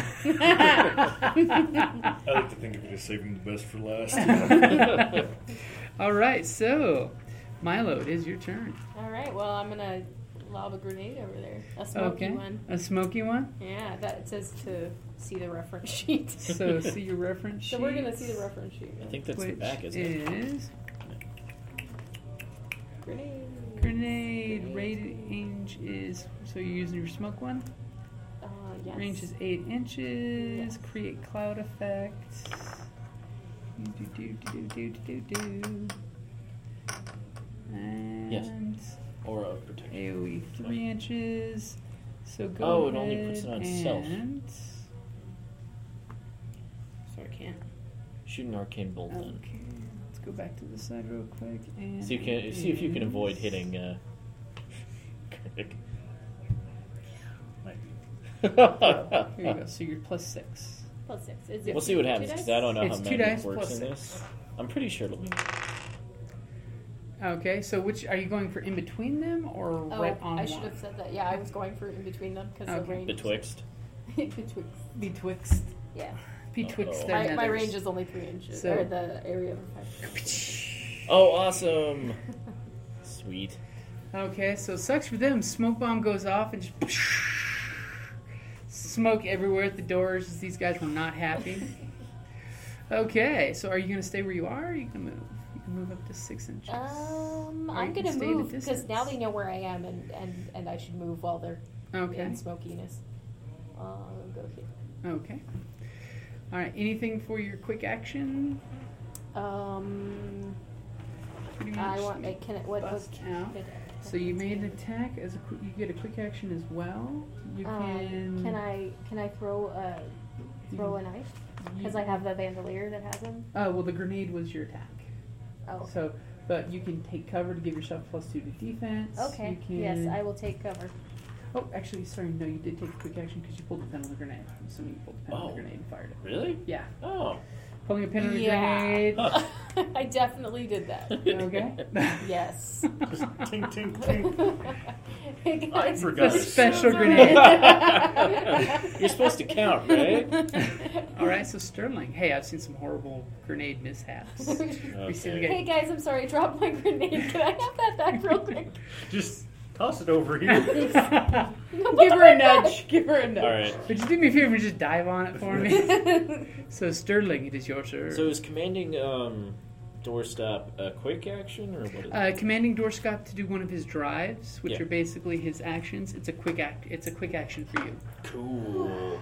Speaker 6: like to think of it as saving the best for last.
Speaker 2: All right, so Milo, it is your turn.
Speaker 5: All right, well, I'm gonna lob a grenade over there. A smoky
Speaker 2: Okay,
Speaker 5: one.
Speaker 2: a smoky one.
Speaker 5: Yeah, that it says to see the reference sheet. so
Speaker 2: So see your reference.
Speaker 5: we're gonna
Speaker 2: sheets,
Speaker 5: see the reference sheet.
Speaker 3: I think that's the
Speaker 2: which
Speaker 3: back, isn't it?
Speaker 2: is
Speaker 5: Grenade.
Speaker 2: grenade range is so you're using your smoke one.
Speaker 5: Uh, yes.
Speaker 2: Range is eight inches. Create cloud effect. Do do do do do do do. do. And
Speaker 3: Yes. Aura of protection.
Speaker 2: AoE three inches. So go
Speaker 3: Oh, it
Speaker 2: ahead
Speaker 3: only puts it on self.
Speaker 2: and
Speaker 7: So I can't.
Speaker 3: Shoot an arcane bolt then.
Speaker 2: okay. Let's go back to the side real quick and
Speaker 3: See, you can, see if you can avoid
Speaker 2: is-
Speaker 3: hitting. Uh, critic.
Speaker 6: Might be.
Speaker 2: Here you
Speaker 3: uh,
Speaker 2: go. So you're plus six.
Speaker 5: Plus six. Is it
Speaker 3: We'll see what
Speaker 5: two
Speaker 3: happens
Speaker 5: dice?
Speaker 3: because I don't know
Speaker 2: It's
Speaker 3: how
Speaker 2: two
Speaker 3: magic
Speaker 2: dice
Speaker 3: works
Speaker 2: plus
Speaker 3: in this. I'm pretty sure it'll be.
Speaker 2: Okay. So which are you going for in between them or
Speaker 5: Oh,
Speaker 2: right on
Speaker 5: I
Speaker 2: one?
Speaker 5: should have said that. Yeah, I was going for in between them because the
Speaker 2: Okay.
Speaker 5: range.
Speaker 3: Betwixt.
Speaker 5: Betwixt.
Speaker 2: Betwixt.
Speaker 5: Yeah.
Speaker 2: Betwixt
Speaker 3: Uh-oh.
Speaker 2: their
Speaker 5: My, my
Speaker 2: nethers.
Speaker 5: range is only three inches,
Speaker 2: So-
Speaker 5: or the area of effect.
Speaker 3: Oh, awesome! Sweet.
Speaker 2: Okay, so sucks for them. Smoke bomb goes off and just smoke everywhere at the doors. These guys were not happy. Okay, so are you gonna stay where you are? Or are you gonna move? You can move up to six inches.
Speaker 5: Um,
Speaker 2: Or you
Speaker 5: I'm
Speaker 2: can
Speaker 5: gonna
Speaker 2: stay the
Speaker 5: move because now
Speaker 2: distance.
Speaker 5: they know where I am, and and and I should move while they're
Speaker 2: okay.
Speaker 5: in smokiness. I'll go here.
Speaker 2: Okay. All right. Anything for your quick action?
Speaker 5: Um,
Speaker 2: Pretty
Speaker 5: I
Speaker 2: much
Speaker 5: want. I can. What was?
Speaker 2: bust count.
Speaker 5: could-
Speaker 2: So you made an attack as a qu- you get a quick action as well. You
Speaker 5: Um,
Speaker 2: can.
Speaker 5: can I? Can I throw a throw a knife? Because I have the bandolier that has them.
Speaker 2: Oh well, the grenade was your attack.
Speaker 5: Oh.
Speaker 2: So, but you can take cover to give yourself plus two to defense.
Speaker 5: Okay.
Speaker 2: You
Speaker 5: Yes,
Speaker 2: can-
Speaker 5: I will take cover.
Speaker 2: Oh, actually, sorry. No, you did take a quick action because you pulled the pin on the grenade. I'm assuming you pulled the pin on the
Speaker 3: Oh.
Speaker 2: grenade and fired it.
Speaker 3: Really?
Speaker 2: Yeah,
Speaker 3: Oh.
Speaker 2: pulling a pin on a
Speaker 5: Yeah.
Speaker 2: grenade.
Speaker 3: Huh.
Speaker 5: I definitely did that.
Speaker 2: Okay.
Speaker 5: Yes.
Speaker 6: Tink, tink, tink. I
Speaker 5: I
Speaker 6: forgot.
Speaker 2: The special grenade.
Speaker 3: You're supposed to count, right?
Speaker 2: All right, so Sterling. Hey, I've seen some horrible grenade mishaps. We see the
Speaker 3: Okay.
Speaker 5: hey
Speaker 2: guy.
Speaker 5: guys, I'm sorry. I dropped my grenade. Can I have that back real quick?
Speaker 6: Just toss it over here.
Speaker 2: Give her a nudge. Give her a nudge.
Speaker 3: All right.
Speaker 2: Would you do me a favor and just dive on it for me? so Sterling, it is your turn.
Speaker 3: So is commanding um, doorstop a quick action or what? Is
Speaker 2: Uh, commanding Dorscott to do one of his drives, which
Speaker 3: Yeah.
Speaker 2: are basically his actions. It's a quick act. It's a quick action for you.
Speaker 3: Cool.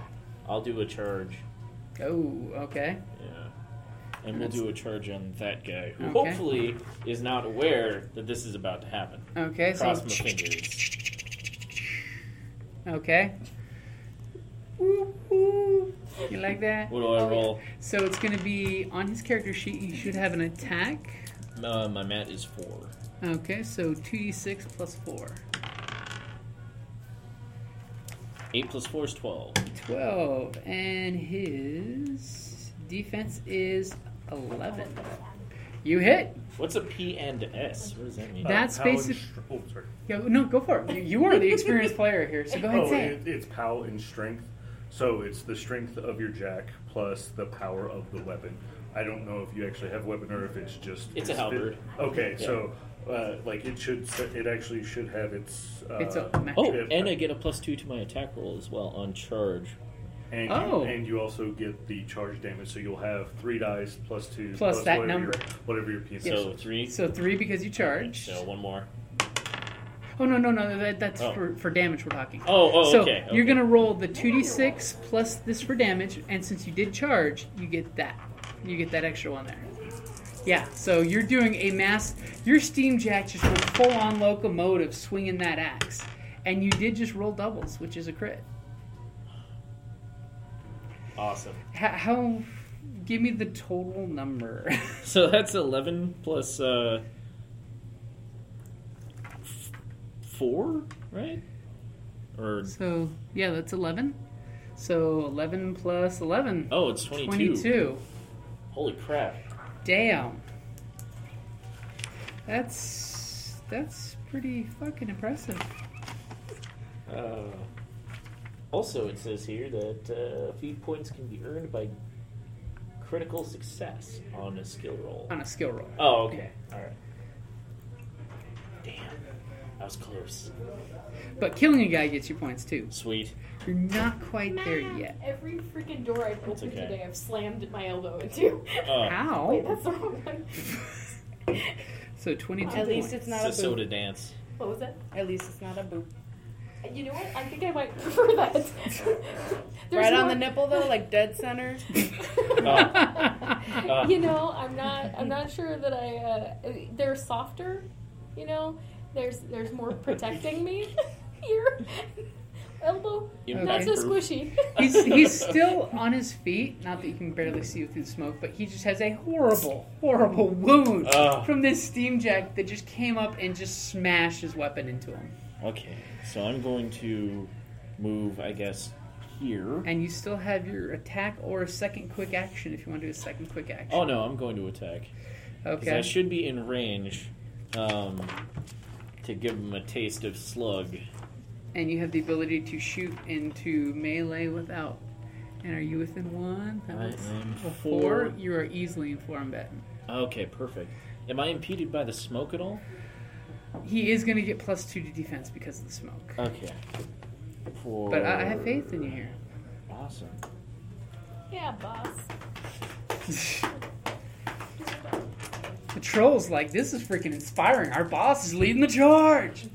Speaker 3: I'll do a charge.
Speaker 2: Oh, okay.
Speaker 3: Yeah. And we'll do a charge on that guy, who
Speaker 2: Okay.
Speaker 3: hopefully is not aware that this is about to happen.
Speaker 2: Okay, so
Speaker 3: Cross my fingers.
Speaker 2: okay. Woo, woo. You like that?
Speaker 3: What do I roll?
Speaker 2: So it's going to be on his character sheet. You should have an attack.
Speaker 3: Uh, my mat is four.
Speaker 2: Okay, so two d six plus four.
Speaker 3: 8 plus 4 is 12.
Speaker 2: 12. And his defense is 11. You hit.
Speaker 3: What's a P and S? What does that mean?
Speaker 2: That- That's
Speaker 6: Pow and
Speaker 2: basic-
Speaker 6: Str- Oh, sorry.
Speaker 2: Yeah, no, go for it. You, you are the experienced player here, so go ahead
Speaker 6: Oh,
Speaker 2: and say it.
Speaker 6: it, it's pow and strength. So it's the strength of your jack plus the power of the weapon. I don't know if you actually have weapon or if it's just.
Speaker 3: It's a halberd.
Speaker 6: Okay,
Speaker 3: Yeah.
Speaker 6: so uh, like it should, s- it actually should have its. Uh,
Speaker 2: It's a
Speaker 3: Oh,
Speaker 2: metric.
Speaker 3: and I get a plus 2 to my attack roll as well on charge.
Speaker 6: and,
Speaker 2: Oh.
Speaker 6: you, and you also get the charge damage, so you'll have three dice plus two
Speaker 2: Plus that
Speaker 6: whatever
Speaker 2: number.
Speaker 6: your, whatever your piece.
Speaker 3: So
Speaker 6: is.
Speaker 3: 3.
Speaker 2: So three because you charged.
Speaker 3: So one more.
Speaker 2: Oh no no no! That, that's
Speaker 3: Oh.
Speaker 2: for, for damage we're talking.
Speaker 3: Oh, oh,
Speaker 2: so
Speaker 3: okay.
Speaker 2: you're
Speaker 3: okay.
Speaker 2: gonna roll the two d six plus this for damage, and since you did charge, you get that. You get that extra one there. Yeah. So you're doing a mass. Your steam jack just went full on locomotive swinging that axe, and you did just roll doubles, which is a crit.
Speaker 3: Awesome.
Speaker 2: How? how give me the total number.
Speaker 3: So that's 11 plus uh, f- 4, right? Or
Speaker 2: so yeah, that's eleven. So eleven plus eleven.
Speaker 3: Oh, it's 22.
Speaker 2: 22.
Speaker 3: Holy crap.
Speaker 2: Damn. That's that's pretty fucking impressive.
Speaker 3: Uh, also, it says here that uh, a few points can be earned by critical success on a skill roll.
Speaker 2: On a skill roll.
Speaker 3: Oh, okay. All right. Damn. That was close.
Speaker 2: But killing a guy gets you points too.
Speaker 3: Sweet.
Speaker 2: You're not quite there yet.
Speaker 5: Every freaking door I've
Speaker 3: That's
Speaker 5: opened
Speaker 3: okay.
Speaker 5: today, I've slammed my elbow into.
Speaker 3: Uh,
Speaker 2: Ow.
Speaker 5: Wait, that's the wrong one.
Speaker 2: So 22
Speaker 7: At
Speaker 2: points.
Speaker 7: least it's
Speaker 3: it's
Speaker 7: not
Speaker 3: a
Speaker 7: a boop.
Speaker 3: soda dance.
Speaker 5: What was that?
Speaker 7: At least it's not a boop.
Speaker 5: You know what? I think I might prefer that. There's
Speaker 7: right on
Speaker 5: more-
Speaker 7: the nipple though, like dead center.
Speaker 3: Uh,
Speaker 5: you know, I'm not. I'm not sure that I. Uh, they're softer. You know, there's there's more protecting me here. Elbow, not
Speaker 3: Impact
Speaker 5: so
Speaker 3: proof.
Speaker 5: squishy.
Speaker 2: he's, he's still on his feet. Not that you can barely see through the smoke, but he just has a horrible, horrible wound
Speaker 3: Ugh.
Speaker 2: from this steam jack that just came up and just smashed his weapon into him.
Speaker 3: Okay, so I'm going to move, I guess, here.
Speaker 2: And you still have your attack or a second quick action if you want to do a second quick action.
Speaker 3: Oh no, I'm going to attack. Because
Speaker 2: okay.
Speaker 3: I should be in range um, to give him a taste of slug.
Speaker 2: and you have the ability to shoot into melee without. And are you within one? That
Speaker 3: I
Speaker 2: was
Speaker 3: am
Speaker 2: a
Speaker 3: four.
Speaker 2: You are easily in four combat.
Speaker 3: Okay, perfect. Am I impeded by the smoke at all?
Speaker 2: He is going to get plus two to defense because of the smoke.
Speaker 3: Okay. For...
Speaker 2: But I, I have faith in you here.
Speaker 3: Awesome.
Speaker 5: yeah, boss.
Speaker 2: The troll's like, this is freaking inspiring. Our boss is leading the charge.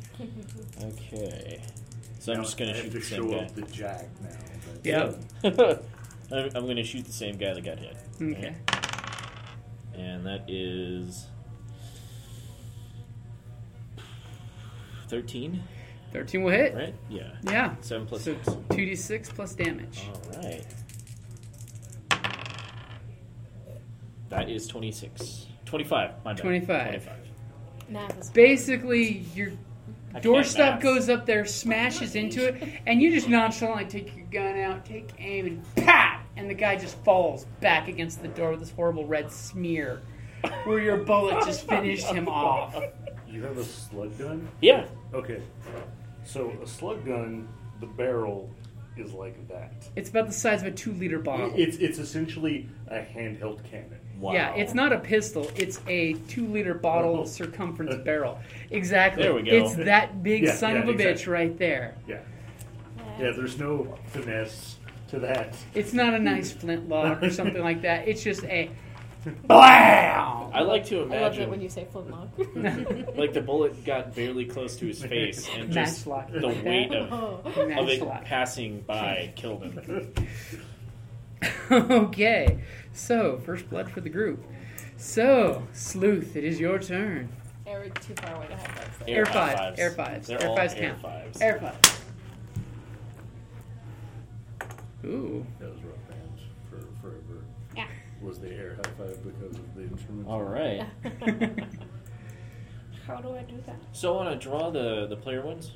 Speaker 3: Okay. So I'm
Speaker 6: Now
Speaker 3: just gonna
Speaker 6: I have
Speaker 3: shoot
Speaker 6: to
Speaker 3: the
Speaker 6: show
Speaker 3: same guy.
Speaker 6: up the jack now. but-
Speaker 2: Yep.
Speaker 3: I'm I'm gonna shoot the same guy that got hit.
Speaker 2: Okay.
Speaker 3: And that is thirteen,
Speaker 2: 13 will hit.
Speaker 3: right? Yeah.
Speaker 2: Yeah.
Speaker 3: Seven plus
Speaker 2: So
Speaker 3: six.
Speaker 2: 2d6 plus damage.
Speaker 3: All right. That is 26. 25, my bad.
Speaker 2: 25.
Speaker 3: 25.
Speaker 5: Nah, that's
Speaker 2: Basically, your
Speaker 3: I
Speaker 2: doorstop
Speaker 3: can't math.
Speaker 2: goes up there, smashes into it, and you just nonchalantly take your gun out, take aim, and pat! And the guy just falls back against the door with this horrible red smear where your bullet just finished him off.
Speaker 6: You have a slug gun.
Speaker 3: Yeah.
Speaker 6: Okay. So a slug gun, the barrel is like that.
Speaker 2: It's about the size of a two liter bottle.
Speaker 6: It's it's essentially a handheld cannon.
Speaker 3: Wow.
Speaker 2: Yeah, it's not a pistol. It's a two-liter bottle
Speaker 6: Oh.
Speaker 2: circumference barrel. Exactly.
Speaker 3: There we go.
Speaker 2: It's that big
Speaker 6: Yeah,
Speaker 2: son
Speaker 6: yeah,
Speaker 2: of a bitch
Speaker 6: exactly.
Speaker 2: right there.
Speaker 6: Yeah. Yeah. There's no finesse to that.
Speaker 2: It's not a nice flintlock or something like that. It's just a BAM!
Speaker 3: I like to
Speaker 5: I love it
Speaker 3: imagine,
Speaker 5: when you say flintlock.
Speaker 3: like, the bullet got barely close to his face, and just
Speaker 2: Matchlock.
Speaker 3: the weight of,
Speaker 5: oh,
Speaker 3: of it
Speaker 2: Matchlock.
Speaker 3: passing by killed him.
Speaker 2: okay, so first blood for the group. So, Sleuth, it is your turn.
Speaker 5: Eric, too far away to have that.
Speaker 2: Air
Speaker 3: high
Speaker 2: five, air fives,
Speaker 3: They're
Speaker 2: air
Speaker 3: all
Speaker 2: fives
Speaker 3: air
Speaker 2: count.
Speaker 3: fives.
Speaker 2: Air five. Ooh,
Speaker 6: That was rough bands for forever.
Speaker 5: Yeah.
Speaker 6: Was the air high five because of the instruments?
Speaker 3: All right.
Speaker 7: How do I do that?
Speaker 3: So, on a draw, the, the player wins?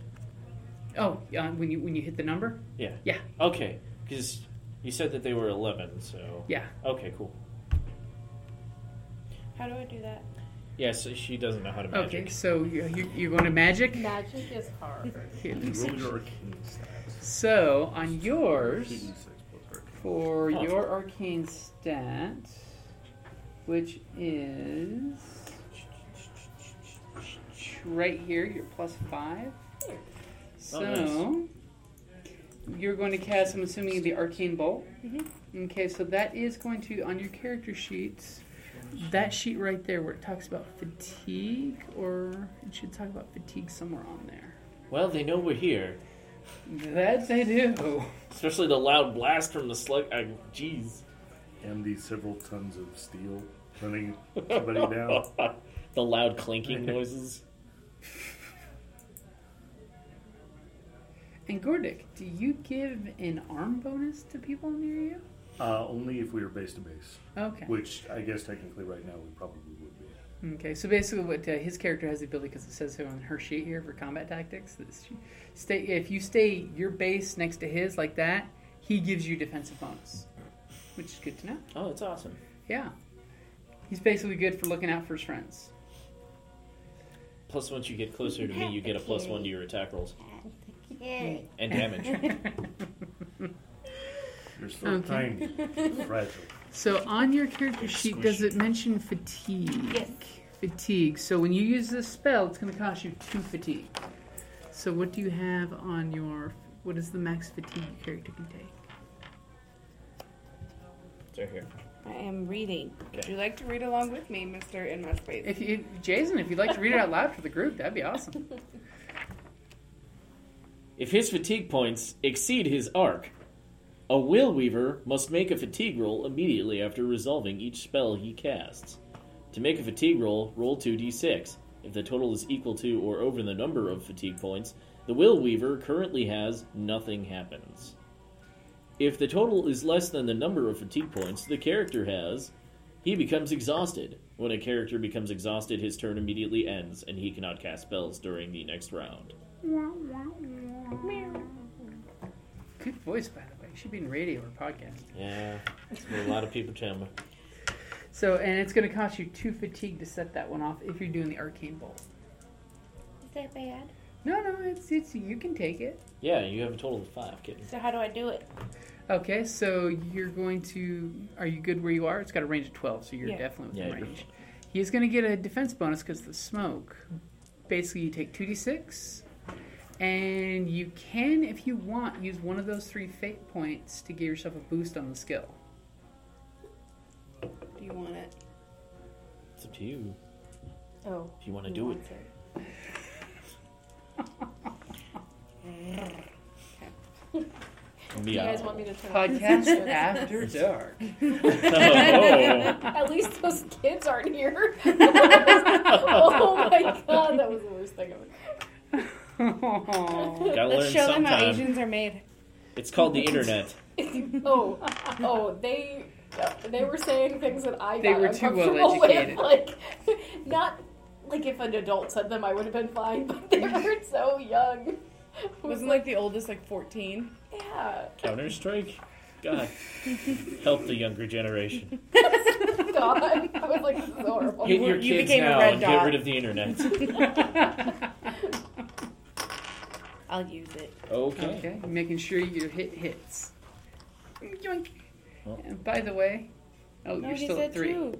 Speaker 2: Oh, uh, when you when you hit the number,
Speaker 3: Yeah.
Speaker 2: yeah,
Speaker 3: Okay, because you said that they were 11, so.
Speaker 2: yeah.
Speaker 3: Okay, cool.
Speaker 4: How do I do that?
Speaker 3: Yes, she doesn't know how to
Speaker 2: Okay,
Speaker 3: magic.
Speaker 2: so you, you, you're going to magic.
Speaker 5: Magic is hard.
Speaker 2: Here, let me see.
Speaker 6: Roll your arcane stats.
Speaker 2: So on yours,
Speaker 6: 2d6 plus arcane.
Speaker 2: for
Speaker 3: Oh.
Speaker 2: your arcane stat, which is right here, you're plus five. So you're going to cast. I'm assuming the arcane bolt. Okay, so that is going to on your character sheets. That sheet right there, where it talks about fatigue, or it should talk about fatigue somewhere on there.
Speaker 3: Well, they know we're here.
Speaker 2: That they do.
Speaker 3: Especially the loud blast from the slug. uh, Jeez.
Speaker 6: and the several tons of steel running somebody down.
Speaker 3: the loud clanking noises.
Speaker 2: And Gordic, do you give an arm bonus to people near you?
Speaker 6: Uh, only if we were base to base,
Speaker 2: Okay.
Speaker 6: which I guess technically right now we probably would be.
Speaker 2: Okay. So basically, what uh, his character has the ability, because it says so on her sheet here for combat tactics, that she, stay if you stay your base next to his like that, he gives you defensive bonus, which is good to know.
Speaker 3: Oh, that's awesome.
Speaker 2: Yeah. He's basically good for looking out for his friends.
Speaker 3: Plus, once you get closer to me, you get a plus one to your attack rolls and damage.
Speaker 6: You're so
Speaker 2: Okay.
Speaker 6: tiny, fragile.
Speaker 2: So on your character sheet, does it mention fatigue? Yes. Fatigue. So when you use this spell, it's going to cost you two fatigue. So what do you have on your? What is the max fatigue your character can take?
Speaker 3: They're here.
Speaker 4: I am reading.
Speaker 3: Okay.
Speaker 4: Would you like to read along with me, Mister In My Space?
Speaker 2: If you, Jason, if you'd like to read it out loud for the group, that'd be awesome.
Speaker 3: If his fatigue points exceed his arc, a will weaver must make a fatigue roll immediately after resolving each spell he casts. To make a fatigue roll, roll 2d6. If the total is equal to or over the number of fatigue points, the will weaver currently has nothing happens. If the total is less than the number of fatigue points the character has, he becomes exhausted. When a character becomes exhausted, his turn immediately ends and he cannot cast spells during the next round.
Speaker 2: Good voice, by the way. You should be in radio or podcast.
Speaker 3: Yeah, that's what a lot of people tell me.
Speaker 2: So, and it's going to cost you two fatigue to set that one off if you're doing the arcane bolt.
Speaker 7: Is that bad?
Speaker 2: No, no, it's it's you can take it.
Speaker 3: Yeah, you have a total of five, kitten.
Speaker 4: so how do I do it?
Speaker 2: Okay, so you're going to. Are you good where you are? It's got a range of 12, so you're
Speaker 4: Yeah.
Speaker 2: definitely within
Speaker 3: Yeah, you're
Speaker 2: range. He's going to get a defense bonus because of the smoke. Basically, you take 2d6, and you can, if you want, use one of those three fate points to give yourself a boost on the skill.
Speaker 4: Do you want it?
Speaker 3: It's up to you
Speaker 5: Oh.
Speaker 3: if you want to do it.
Speaker 7: You
Speaker 3: Meow.
Speaker 7: guys want me to turn
Speaker 2: Podcast After Dark.
Speaker 3: Oh,
Speaker 7: At least those kids aren't here. oh my god, that was the worst thing ever.
Speaker 2: Aw.
Speaker 3: Oh, gotta
Speaker 4: Let's
Speaker 3: learn
Speaker 4: show them how
Speaker 3: sometime.
Speaker 4: Asians are made.
Speaker 3: It's called the internet.
Speaker 7: Oh, oh, they they were saying things that I
Speaker 2: They
Speaker 7: got
Speaker 2: were too
Speaker 7: uncomfortable
Speaker 2: well-educated.
Speaker 7: With, like, not like if an adult said them, I would have been fine, but they were so young.
Speaker 4: Wasn't like the oldest like fourteen.
Speaker 7: yeah,
Speaker 3: Counter Strike. God, help the younger generation.
Speaker 7: God, I was like, this is horrible.
Speaker 3: Get your
Speaker 4: Oh, you
Speaker 3: kids
Speaker 4: became a
Speaker 3: now
Speaker 4: red
Speaker 3: and
Speaker 4: dot.
Speaker 3: get rid of the internet.
Speaker 4: I'll use it.
Speaker 3: Okay.
Speaker 2: okay, making sure your hit hits. Yoink.
Speaker 3: Well.
Speaker 2: And by the way, oh,
Speaker 4: No,
Speaker 2: you're
Speaker 4: he
Speaker 2: still
Speaker 4: said
Speaker 2: at three.
Speaker 4: two.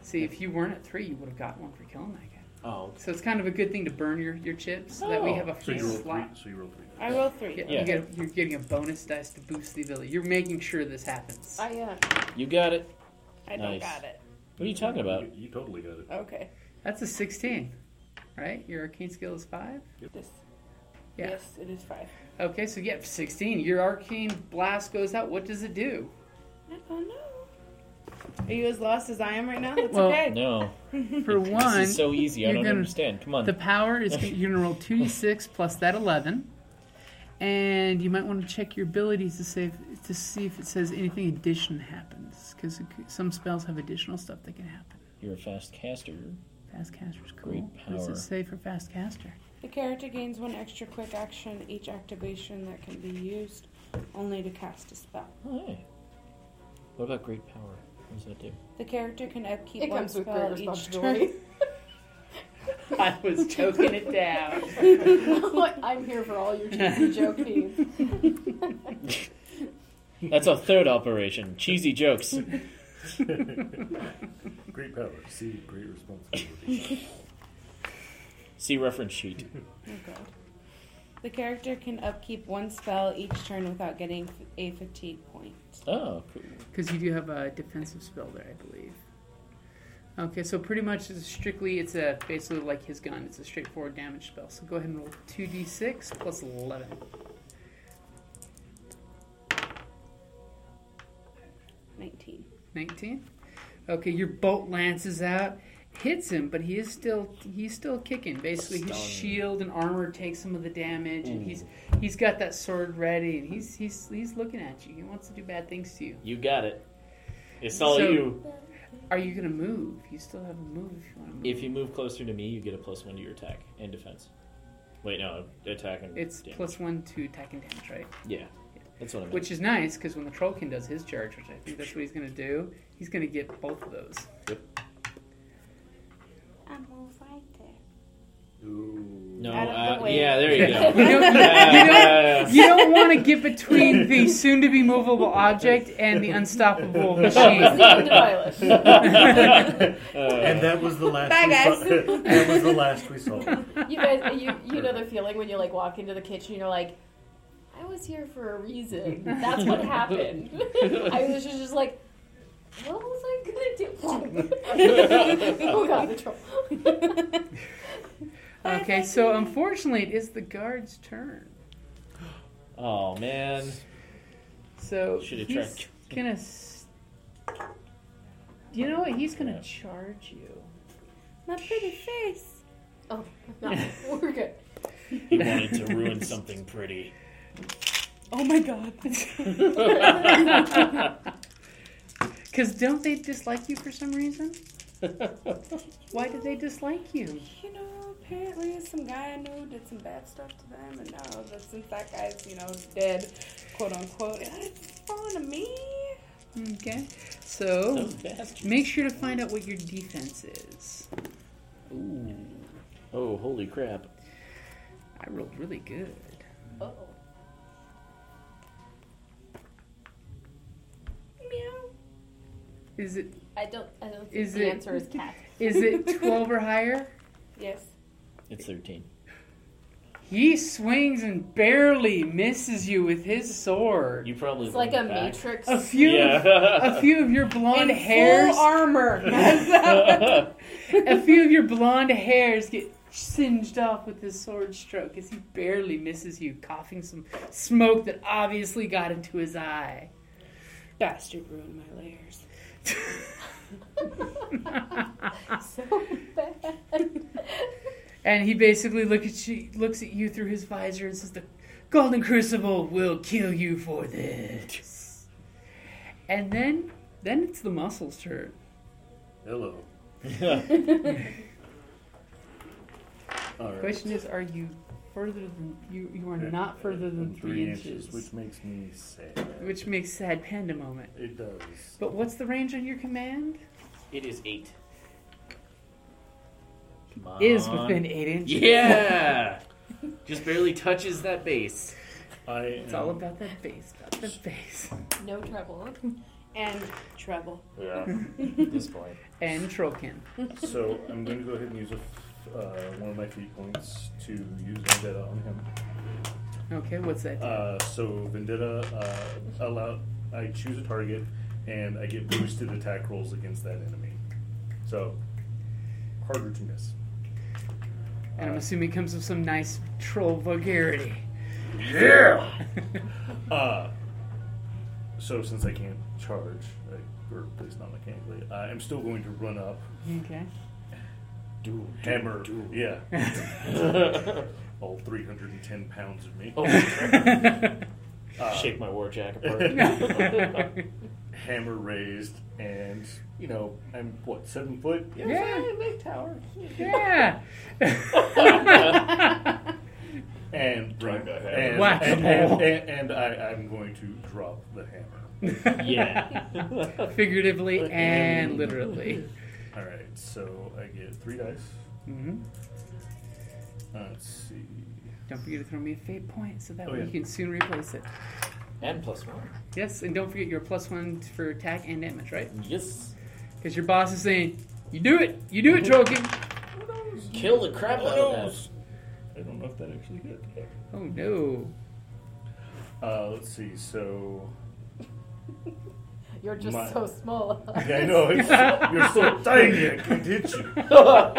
Speaker 2: See, if you weren't at three, you would have got one for killing that guy.
Speaker 3: Oh,
Speaker 2: So it's kind of a good thing to burn your, your chips so that we
Speaker 3: Oh.
Speaker 2: have a
Speaker 6: So
Speaker 2: free
Speaker 6: you roll three.
Speaker 2: slot.
Speaker 6: So you roll three.
Speaker 4: I roll three.
Speaker 2: Yeah,
Speaker 3: Yeah.
Speaker 2: You get a, you're getting a bonus dice to boost the ability. You're making sure this happens.
Speaker 7: I uh,
Speaker 3: you got it.
Speaker 4: I don't
Speaker 3: Nice.
Speaker 4: got it.
Speaker 3: What are you talking about?
Speaker 6: You, you totally got it.
Speaker 4: Okay.
Speaker 2: That's a 16, right? Your arcane skill is 5?
Speaker 4: This.
Speaker 2: Yeah.
Speaker 4: Yes, it is five.
Speaker 2: Okay, so yeah, 16. Your arcane blast goes out. What does it do?
Speaker 4: I don't know. Are you as lost as I am right now? That's
Speaker 2: Well,
Speaker 4: okay.
Speaker 3: No,
Speaker 2: For
Speaker 3: this
Speaker 2: one,
Speaker 3: is so easy. I
Speaker 2: you're
Speaker 3: don't
Speaker 2: gonna-
Speaker 3: understand. Come on.
Speaker 2: the power is you're going to roll 2d6 plus that 11. And you might want to check your abilities to save to see if it says anything addition happens because some spells have additional stuff that can happen.
Speaker 3: You're a fast caster.
Speaker 2: Fast caster's cool.
Speaker 3: Great
Speaker 2: What does
Speaker 3: power.
Speaker 2: it say for fast caster?
Speaker 4: The character gains one extra quick action each activation that can be used only to cast a spell.
Speaker 3: Oh, hey. What about great power? What does that do?
Speaker 4: The character can upkeep
Speaker 5: It
Speaker 4: one
Speaker 5: comes with great
Speaker 4: spell each turn.
Speaker 5: responsibility.
Speaker 2: I was choking it down.
Speaker 5: I'm here for all your cheesy joke needs.
Speaker 3: That's our third operation. Cheesy jokes.
Speaker 6: Great power. See, great responsibility.
Speaker 3: See reference sheet.
Speaker 4: Oh god. The character can upkeep one spell each turn without getting f- a fatigue point.
Speaker 3: Oh, cool.
Speaker 2: Because you do have a defensive spell there, I believe. Okay, so pretty much it's strictly, it's a basically like his gun. It's a straightforward damage spell. So go ahead and roll 2d6 plus 11.
Speaker 4: Nineteen.
Speaker 2: 19. Okay, your bolt lances out, hits him, but he is still he's still kicking. Basically, his
Speaker 3: Stunned.
Speaker 2: shield and armor take some of the damage, and
Speaker 3: Ooh.
Speaker 2: he's he's got that sword ready, and he's he's he's looking at you. He wants to do bad things to you.
Speaker 3: You got it. It's all
Speaker 2: So-
Speaker 3: you.
Speaker 2: Are you gonna move? You still have a move if you want to move.
Speaker 3: If you move closer to me, you get a plus one to your attack and defense. Wait, no, attack and
Speaker 2: it's
Speaker 3: damage.
Speaker 2: plus one to attack and damage, right?
Speaker 3: Yeah, that's what I meant.
Speaker 2: Which is nice because when the trollkin does his charge, which I think that's what he's gonna do, he's gonna get both of those.
Speaker 4: I'm all right there.
Speaker 6: Ooh.
Speaker 3: no,
Speaker 4: out of the
Speaker 3: uh,
Speaker 4: way.
Speaker 3: yeah, there you go.
Speaker 2: You don't-
Speaker 3: Yeah,
Speaker 2: you don't-
Speaker 3: yeah, yeah.
Speaker 2: You don't want to get between the soon to be movable object and the unstoppable
Speaker 5: It's
Speaker 2: machine.
Speaker 5: the end of my list.
Speaker 3: Uh,
Speaker 6: And that was the last.
Speaker 4: Bye,
Speaker 6: we Saw, that was the last we saw.
Speaker 5: You guys, you, you know the feeling when you like walk into the kitchen, you're like, I was here for a reason. That's what happened. I was just, just like, what was I gonna do? oh god, the troll.
Speaker 2: Okay, so unfortunately, it is the guard's turn.
Speaker 3: Oh man,
Speaker 2: So
Speaker 3: Should've
Speaker 2: he's
Speaker 3: tried.
Speaker 2: gonna. s- You know what? He's gonna charge you.
Speaker 4: My pretty face.
Speaker 5: Oh, no, we're good.
Speaker 3: he wanted to ruin something pretty.
Speaker 2: Oh my god! Because don't they dislike you for some reason? Why do they dislike you?
Speaker 4: You know, apparently some guy I know did some bad stuff to them, and now that since that guy's, you know, dead, quote unquote, and it's falling to me.
Speaker 2: Okay, so
Speaker 3: Those bastards.
Speaker 2: make sure to find out what your defense is.
Speaker 3: Ooh. Oh, holy crap!
Speaker 2: I rolled really good.
Speaker 5: Uh-oh.
Speaker 4: Meow.
Speaker 2: Is it
Speaker 5: I don't. I don't think
Speaker 2: Is
Speaker 5: the
Speaker 2: it-
Speaker 5: answer is cat.
Speaker 2: is it twelve or higher?
Speaker 4: Yes.
Speaker 3: It's thirteen.
Speaker 2: He swings and barely misses you with his sword.
Speaker 3: You probably
Speaker 5: It's like a
Speaker 3: leaned back.
Speaker 5: matrix.
Speaker 2: a few,
Speaker 3: Yeah.
Speaker 2: a few of your blonde
Speaker 4: In
Speaker 2: hairs,
Speaker 4: Full armor.
Speaker 2: a few of your blonde hairs get singed off with his sword stroke as he barely misses you, coughing some smoke that obviously got into his eye.
Speaker 4: Bastard ruined my layers.
Speaker 5: so bad.
Speaker 2: And he basically look at you, looks at you through his visor and says, "The Golden Crucible will kill you for this." And then, then it's the muscles' turn.
Speaker 6: Hello. All right.
Speaker 2: Question is, are you further than you? You are
Speaker 6: Yeah,
Speaker 2: not further than
Speaker 6: and
Speaker 2: three inches,
Speaker 6: which makes me sad.
Speaker 2: which makes sad panda moment.
Speaker 6: it does.
Speaker 2: But what's the range on your command?
Speaker 3: It is eight. Come on.
Speaker 2: Is
Speaker 6: Um,
Speaker 2: within eight inches.
Speaker 3: Yeah. Just barely touches that base.
Speaker 6: I
Speaker 2: It's
Speaker 6: am,
Speaker 2: all about that base, about the base,
Speaker 5: No trouble.
Speaker 4: And trouble.
Speaker 6: Yeah.
Speaker 3: At this point.
Speaker 2: and Trollkin.
Speaker 6: so I'm going to go ahead and use a f- uh, one of my feet points to use vendetta on him.
Speaker 2: Okay, what's that?
Speaker 6: Uh, so vendetta uh, allow I choose a target and I get boosted attack rolls against that enemy. So harder to miss.
Speaker 2: and I'm assuming it comes with some nice troll vulgarity.
Speaker 6: Yeah. uh, so since I can't charge, I, or at least not mechanically, I am still going to run up,
Speaker 2: Okay.
Speaker 3: Dude.
Speaker 6: hammer, yeah, all 310 pounds of me,
Speaker 3: Oh,
Speaker 6: uh,
Speaker 3: shake my war jacket apart.
Speaker 6: hammer raised, and you know, I'm what seven foot. Yeah,
Speaker 2: Yeah.
Speaker 6: big tower.
Speaker 2: Yeah.
Speaker 6: And
Speaker 8: Drop the hammer.
Speaker 6: and, and,
Speaker 2: Whack-a-mole.
Speaker 6: and, and, and I, I'm going to drop the hammer.
Speaker 3: Yeah.
Speaker 2: Figuratively and literally.
Speaker 6: All right, so I get three dice.
Speaker 2: hmm
Speaker 6: Uh, Let's see.
Speaker 2: Don't forget to throw me a fate point so that
Speaker 6: Oh,
Speaker 2: way
Speaker 6: yeah.
Speaker 2: you can soon replace it.
Speaker 3: and plus one.
Speaker 2: Yes, and don't forget your plus one for attack and damage, right?
Speaker 3: Yes.
Speaker 2: Because your boss is saying, "You do it, you do it, Trollkin."
Speaker 3: Kill the crap
Speaker 4: Oh,
Speaker 3: out of that.
Speaker 6: Uh, I don't know if that actually hit.
Speaker 2: Oh no!
Speaker 6: Uh, let's see. So
Speaker 7: You're just
Speaker 6: My-
Speaker 7: so small.
Speaker 6: yeah, I know it's so, you're so tiny. I can't hit you. no,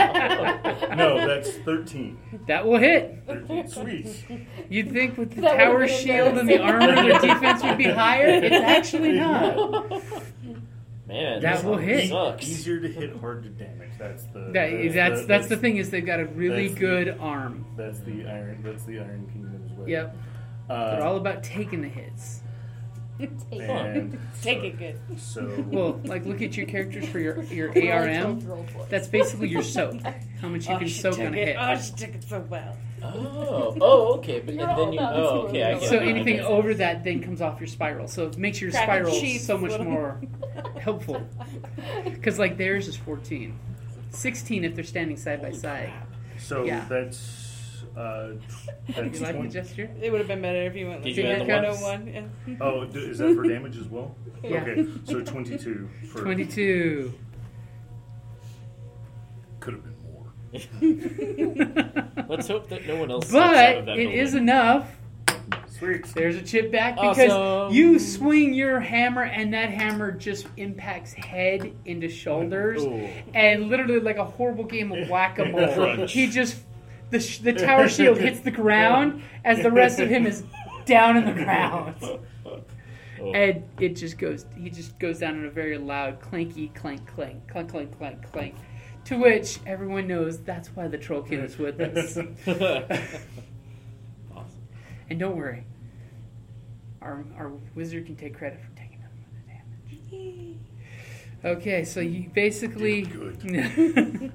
Speaker 6: that's thirteen.
Speaker 2: That will hit.
Speaker 6: 13. Sweet.
Speaker 2: You'd think with the
Speaker 7: That would've
Speaker 2: tower
Speaker 7: been
Speaker 2: shield and the armor, their defense would be higher. It's actually not.
Speaker 3: Man,
Speaker 2: That
Speaker 3: this
Speaker 2: will hit.
Speaker 3: Sucks.
Speaker 6: Easier to hit, hard to damage. That's the
Speaker 2: That, that's that's the thing is they've got a really
Speaker 6: Uh, that's the-
Speaker 2: good arm.
Speaker 6: That's the iron. That's the Iron Kingdom's way.
Speaker 2: Yep, they're
Speaker 6: Uh,
Speaker 2: all about taking the hits.
Speaker 6: and uh,
Speaker 4: Take it good.
Speaker 6: So,
Speaker 2: Well, like look at your characters for your your
Speaker 7: Roll
Speaker 2: ARM.
Speaker 7: twelve, roll twelve.
Speaker 2: That's basically your soak. How much you can soak on a hit.
Speaker 4: Oh, she took it so well.
Speaker 3: Oh, oh, okay. But
Speaker 7: You're
Speaker 3: and
Speaker 7: all
Speaker 3: then you.
Speaker 7: about
Speaker 3: Oh,
Speaker 7: this
Speaker 3: okay. I
Speaker 7: world.
Speaker 3: get
Speaker 2: So
Speaker 3: it, I
Speaker 2: anything
Speaker 3: get it.
Speaker 2: over that then comes off your spiral. So it makes your
Speaker 4: Crack and
Speaker 2: spiral
Speaker 4: cheese.
Speaker 2: so much more helpful. Because like theirs is 14. 16 if they're standing side by side.
Speaker 6: so
Speaker 2: Yeah.
Speaker 6: that's uh,
Speaker 2: You
Speaker 6: that's
Speaker 2: like the
Speaker 6: 20.
Speaker 2: gesture?
Speaker 4: It would have been better if you went
Speaker 3: Did
Speaker 4: with
Speaker 3: you
Speaker 2: add the
Speaker 3: ones?
Speaker 4: one one. Yeah.
Speaker 6: Oh, d- is that for damage as well?
Speaker 2: Yeah.
Speaker 6: Okay, so twenty-two. For,
Speaker 2: 22.
Speaker 6: could have been more.
Speaker 3: Let's hope that no one else. slips out
Speaker 2: but
Speaker 3: of that
Speaker 2: it
Speaker 3: building.
Speaker 2: is enough.
Speaker 6: Sweet.
Speaker 2: There's a chip back because
Speaker 3: Awesome.
Speaker 2: you swing your hammer and that hammer just impacts head into shoulders
Speaker 6: Ooh.
Speaker 2: and literally like a horrible game of whack-a-mole.
Speaker 6: Crunch.
Speaker 2: he just the, sh- the tower shield hits the ground as the rest of him is down in the ground.
Speaker 3: Oh.
Speaker 2: And it just goes. He just goes down in a very loud clanky clank clank clank clank clank clank. To which everyone knows that's why the troll kid is with us.
Speaker 3: Awesome.
Speaker 2: And don't worry, our, our wizard can take credit for taking none of the damage. Okay, so you basically.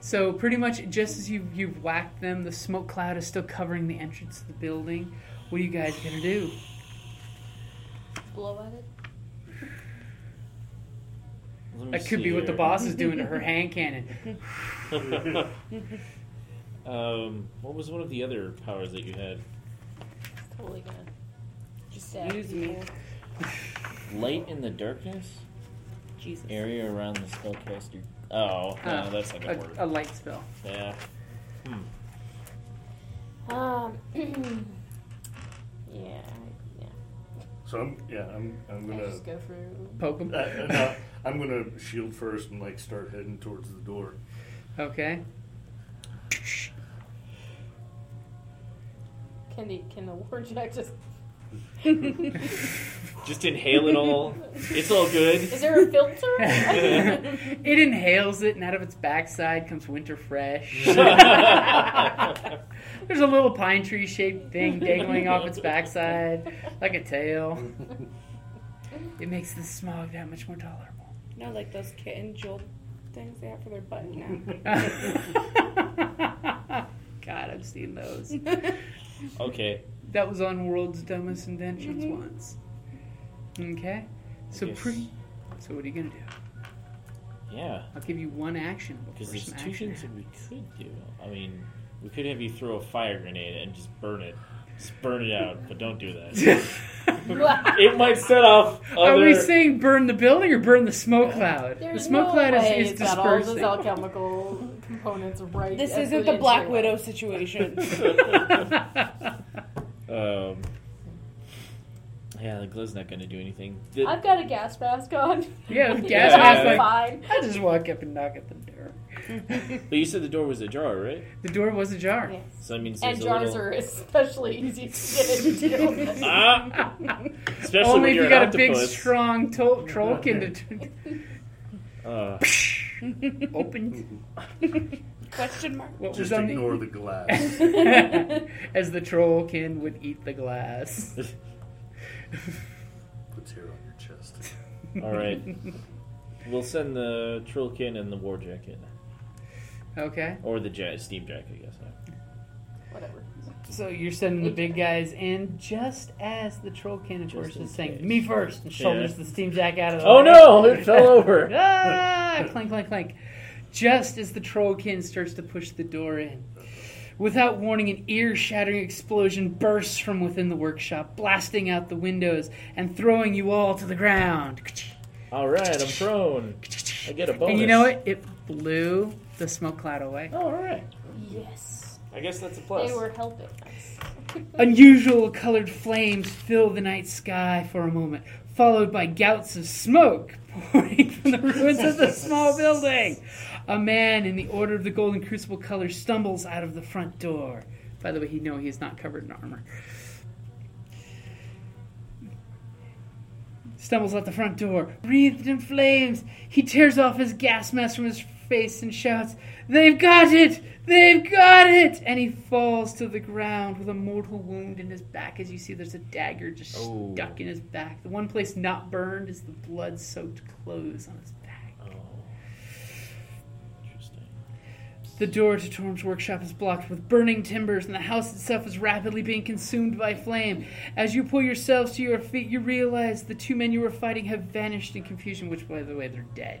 Speaker 2: so pretty much, just as you you've whacked them, the smoke cloud is still covering the entrance of the building. What are you guys gonna do?
Speaker 7: Blow at it.
Speaker 3: Let me
Speaker 2: That could
Speaker 3: see
Speaker 2: be what the
Speaker 3: here.
Speaker 2: boss is doing to her hand cannon.
Speaker 3: um, what was one of the other powers that you had?
Speaker 7: It's totally gonna just stab
Speaker 4: Excuse me.
Speaker 7: people.
Speaker 3: Light in the darkness
Speaker 4: Jesus.
Speaker 3: area around the spellcaster. Oh no,
Speaker 2: Uh,
Speaker 3: that's not
Speaker 2: A,
Speaker 3: gonna work.
Speaker 2: a light spell.
Speaker 3: yeah.
Speaker 7: Um. yeah. Yeah.
Speaker 6: So I'm yeah I'm I'm
Speaker 7: I
Speaker 6: gonna
Speaker 7: just go through.
Speaker 2: Poke him.
Speaker 6: uh, uh, no, I'm gonna shield first and like start heading towards the door.
Speaker 2: Okay.
Speaker 7: Can the can the warjack just?
Speaker 3: Just inhale it all. it's all good.
Speaker 7: Is there a filter?
Speaker 2: it inhales it, and out of its backside comes winter fresh. There's a little pine tree shaped thing dangling off its backside, like a tail. It makes the smog that much more tolerable.
Speaker 4: You know, like those kitten jolt things they have for their butt now.
Speaker 2: God, I've seen those.
Speaker 3: okay.
Speaker 2: That was on World's Dumbest Inventions
Speaker 3: Mm-hmm.
Speaker 2: once. Okay, so
Speaker 3: guess-
Speaker 2: pretty. So what are you gonna do?
Speaker 3: Yeah.
Speaker 2: I'll give you one action
Speaker 3: Because
Speaker 2: before
Speaker 3: there's
Speaker 2: some
Speaker 3: two
Speaker 2: action.
Speaker 3: things that we could do. I mean, we could have you throw a fire grenade and just burn it. Just burn it out, but don't do that. it might set off
Speaker 2: Are
Speaker 3: other.
Speaker 2: we saying burn the building or burn the smoke cloud?
Speaker 7: There's
Speaker 2: the smoke
Speaker 7: no
Speaker 2: cloud
Speaker 7: way
Speaker 2: is, is
Speaker 7: it's got all those
Speaker 2: dispersing.
Speaker 7: alchemical components right.
Speaker 4: This
Speaker 7: as
Speaker 4: isn't
Speaker 7: we
Speaker 4: the Black
Speaker 7: enter.
Speaker 4: Widow situation.
Speaker 3: um, yeah, the glow's not going to do anything. The-
Speaker 7: I've got a gas mask on.
Speaker 2: yeah, with gas
Speaker 3: Yeah.
Speaker 2: mask,
Speaker 7: I'm
Speaker 2: like,
Speaker 7: fine.
Speaker 2: I just walk up and knock at the door.
Speaker 3: but you said the door was ajar, right?
Speaker 2: The door was ajar.
Speaker 7: Yes.
Speaker 3: So I mean,
Speaker 7: And jars are especially easy to get into.
Speaker 3: Ah! Especially
Speaker 2: Only
Speaker 3: when
Speaker 2: if
Speaker 3: you're
Speaker 2: you got a
Speaker 3: an
Speaker 2: big,
Speaker 3: octopus.
Speaker 2: strong to- trollkin to
Speaker 3: Uh,
Speaker 2: open
Speaker 4: Question mark.
Speaker 2: what was
Speaker 6: Just
Speaker 2: on
Speaker 6: ignore the glass.
Speaker 2: the as the trollkin would eat the glass.
Speaker 6: Puts hair on your chest.
Speaker 3: All right. We'll send the Trilkin and the War Jacket.
Speaker 2: Okay.
Speaker 3: Or the ja Steam Jacket, I guess.
Speaker 5: Whatever.
Speaker 2: So you're sending the big guys in just as the troll can, of
Speaker 3: Just
Speaker 2: course,
Speaker 3: in
Speaker 2: is saying,
Speaker 3: case.
Speaker 2: me first, and shoulders
Speaker 3: Yeah.
Speaker 2: the steam jack out of the
Speaker 3: Oh
Speaker 2: way.
Speaker 3: no! It fell over!
Speaker 2: ah! Clank, clank, clank. Just as the trollkin starts to push the door in. Without warning, an ear shattering explosion bursts from within the workshop, blasting out the windows and throwing you all to the ground.
Speaker 3: All right, I'm prone. I get a bonus.
Speaker 2: And you know what? It blew the smoke cloud away.
Speaker 3: Oh, all right.
Speaker 5: Yes.
Speaker 3: I guess that's a plus.
Speaker 5: They were helping us.
Speaker 2: Unusual colored flames fill the night sky for a moment, followed by gouts of smoke pouring from the ruins of the small building. A man in the Order of the Golden Crucible color stumbles out of the front door. By the way, he no, he is not covered in armor. Stumbles out the front door, wreathed in flames. He tears off his gas mask from his face and shouts, They've got it! They've got it! And he falls to the ground with a mortal wound in his back. As you see, there's a dagger just
Speaker 3: Oh.
Speaker 2: stuck in his back. The one place not burned is the blood soaked clothes on his back.
Speaker 3: Oh. Interesting.
Speaker 2: The door to Torm's workshop is blocked with burning timbers, and the house itself is rapidly being consumed by flame. As you pull yourselves to your feet, you realize the two men you were fighting have vanished in confusion, which, by the way, they're dead.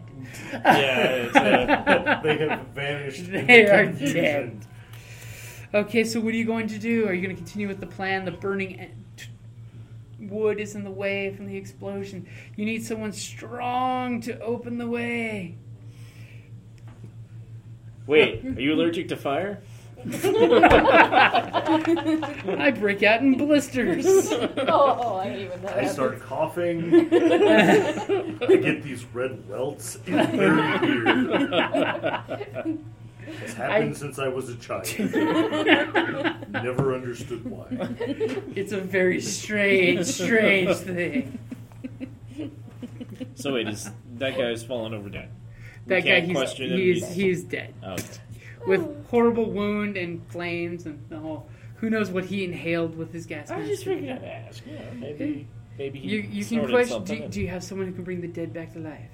Speaker 3: Yeah, it's, uh,
Speaker 6: they have vanished. in
Speaker 2: They
Speaker 6: the
Speaker 2: are
Speaker 6: confusion.
Speaker 2: dead. Okay, so what are you going to do? Are you going to continue with the plan? The burning e- t- wood is in the way from the explosion. You need someone strong to open the way.
Speaker 3: Wait, are you allergic to fire?
Speaker 2: I break out in blisters.
Speaker 5: Oh, oh, I hate when that
Speaker 6: I
Speaker 5: happens.
Speaker 6: start coughing. I get these red welts in their ear. It's happened since I was a child. Never understood why.
Speaker 2: It's a very strange, strange thing.
Speaker 3: So wait, is that guy's fallen over dead? We
Speaker 2: That guy,
Speaker 3: can't
Speaker 2: he's
Speaker 3: question him,
Speaker 2: he's,
Speaker 3: he's-
Speaker 2: he's dead
Speaker 3: Oh, okay.
Speaker 2: with horrible wound and flames and the whole. Who knows what he inhaled with his gas
Speaker 3: I was
Speaker 2: mask?
Speaker 3: just figuring I'd ask. Yeah, maybe, maybe he
Speaker 2: You you can
Speaker 3: snorted
Speaker 2: question.
Speaker 3: something.
Speaker 2: Do, do you have someone who can bring the dead back to life?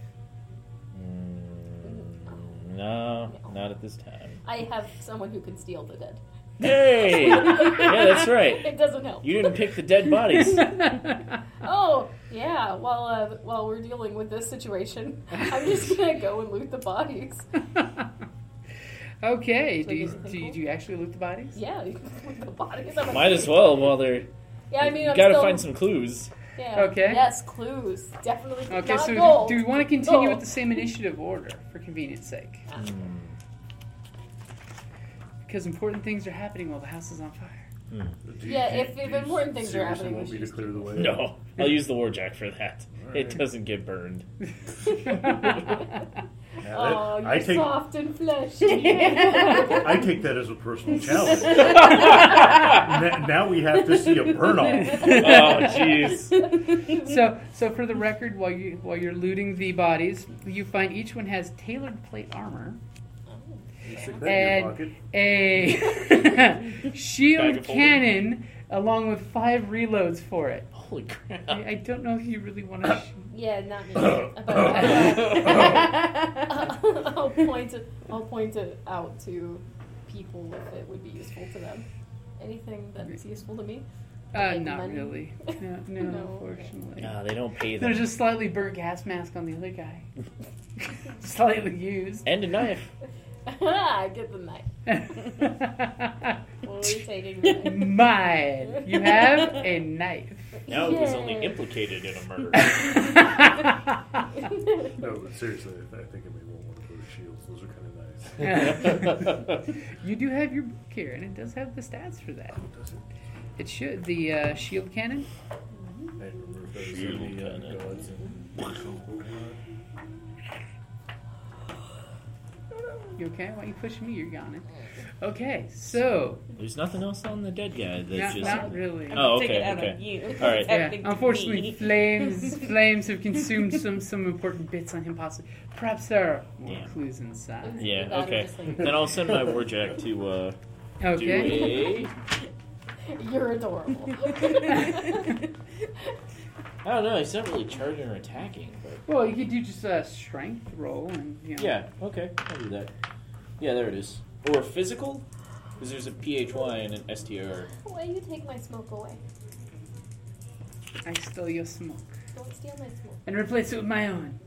Speaker 3: Mm, no, not at this time.
Speaker 5: I have someone who can steal the dead.
Speaker 3: Hey, yeah, that's right.
Speaker 5: It doesn't help.
Speaker 3: You didn't pick the dead bodies.
Speaker 5: Oh, yeah. While uh, while we're dealing with this situation, I'm just gonna go and loot the bodies.
Speaker 2: okay.
Speaker 5: So
Speaker 2: Do you,
Speaker 5: just
Speaker 2: do you
Speaker 5: people?
Speaker 2: do you actually loot the bodies?
Speaker 5: Yeah, you can loot the bodies. I'm like,
Speaker 3: Might as well while they're.
Speaker 5: Yeah, I mean,
Speaker 3: you
Speaker 5: I'm
Speaker 3: gotta
Speaker 5: still,
Speaker 3: find some clues.
Speaker 5: Yeah.
Speaker 2: Okay.
Speaker 5: Yes, clues. Definitely.
Speaker 2: Okay.
Speaker 5: Not
Speaker 2: So
Speaker 5: gold.
Speaker 2: do, do we want to continue
Speaker 5: Gold.
Speaker 2: with the same initiative order for convenience sake?
Speaker 3: Mm,
Speaker 2: Because important things are happening while the house is on fire.
Speaker 6: Do you-
Speaker 5: Yeah,
Speaker 6: do-
Speaker 5: if-
Speaker 6: do
Speaker 5: if
Speaker 6: you
Speaker 5: important things are
Speaker 6: seriously
Speaker 5: happening,
Speaker 6: want
Speaker 5: we
Speaker 6: me to
Speaker 5: should
Speaker 6: clear the way?
Speaker 3: No, I'll use the warjack for that. It
Speaker 6: Alright.
Speaker 3: doesn't get burned.
Speaker 6: Now
Speaker 5: Oh,
Speaker 6: that-
Speaker 5: you're
Speaker 6: I take
Speaker 5: soft and fleshy.
Speaker 6: I, take that as a personal challenge. N- now we have to see a burn off.
Speaker 3: Oh, jeez.
Speaker 2: so so for the record, while you while you're looting the bodies, you find each one has tailored plate armor.
Speaker 6: Stick that in your pocket.
Speaker 2: and a
Speaker 3: Bag
Speaker 2: shield
Speaker 3: of holding.
Speaker 2: cannon along with five reloads for it.
Speaker 3: Holy crap.
Speaker 2: I, I don't know if you really want to.
Speaker 5: yeah, not me. I'll point it. I'll point it out to people if it would be useful to them. Anything that's useful to me.
Speaker 2: uh,
Speaker 5: Like
Speaker 2: not
Speaker 5: money?
Speaker 2: really. No, no,
Speaker 5: No.
Speaker 2: unfortunately.
Speaker 3: No, they don't pay them.
Speaker 2: There's a slightly burnt gas mask on the other guy. slightly used.
Speaker 3: And a knife.
Speaker 5: I get the knife. Well, we're taking the knife.
Speaker 2: Mine. You have a knife.
Speaker 3: Now it was only
Speaker 5: Yay.
Speaker 3: implicated in a murder.
Speaker 6: No, seriously, I I think I may want one of those shields. Those are kind of nice.
Speaker 2: you do have your book here, and it does have the stats for that.
Speaker 6: Does it?
Speaker 2: It should. The uh, shield cannon.
Speaker 6: And remove those
Speaker 3: Shield
Speaker 6: of the, uh,
Speaker 3: cannon.
Speaker 6: gods and-
Speaker 2: You okay? Why are you pushing me? You're yawning. Okay, so
Speaker 3: There's nothing else on the dead guy
Speaker 2: not,
Speaker 3: that's just.
Speaker 2: not really.
Speaker 3: Oh, okay,
Speaker 8: Take it out
Speaker 3: okay.
Speaker 8: on you.
Speaker 3: All right.
Speaker 2: Yeah,
Speaker 8: Everything to
Speaker 2: unfortunately,
Speaker 8: me.
Speaker 2: flames flames have consumed some some important bits on him. Possibly, perhaps there are more
Speaker 3: Damn.
Speaker 2: clues inside.
Speaker 3: Yeah,
Speaker 5: That or
Speaker 3: okay.
Speaker 5: just like-
Speaker 3: Then I'll send my warjack to uh,
Speaker 2: Okay.
Speaker 3: do a.
Speaker 5: You're adorable.
Speaker 3: I don't know. He's not really charging or attacking, but
Speaker 2: Well, you could do just a strength roll and you know.
Speaker 3: yeah. Okay, I'll do that. Yeah, there it is. Or physical, because there's a PHY and an STR.
Speaker 5: Why you take my smoke away?
Speaker 2: I steal your smoke
Speaker 5: Don't steal my smoke.
Speaker 2: and replace it with my own.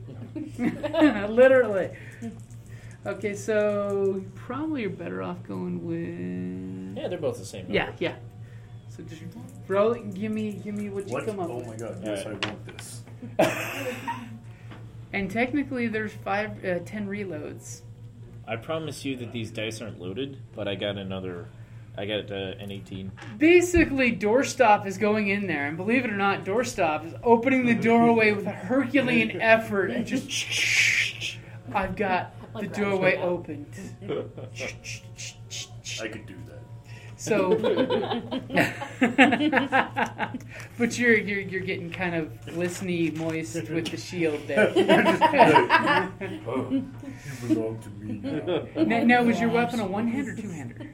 Speaker 2: Literally. Okay, so you probably are better off going with
Speaker 3: Yeah, they're both the same. Number.
Speaker 2: yeah, yeah. So just roll it. And give me, give me what you
Speaker 6: What?
Speaker 2: come up
Speaker 6: Oh
Speaker 2: with.
Speaker 6: my god, yes, I want this.
Speaker 2: And technically, there's five, uh, ten reloads.
Speaker 3: I promise you that these dice aren't loaded, but I got another. I got uh, an 18.
Speaker 2: Basically, Doorstop is going in there, and believe it or not, Doorstop is opening the doorway with a Herculean effort and just. I've got the
Speaker 5: Like
Speaker 2: doorway
Speaker 5: Ratchet.
Speaker 2: opened.
Speaker 6: I could do that.
Speaker 2: So, but you're you're you're getting kind of glisteny, moist with the shield there.
Speaker 6: Oh, you belong to me now.
Speaker 2: Now, now was your weapon a one-hand or two-hander?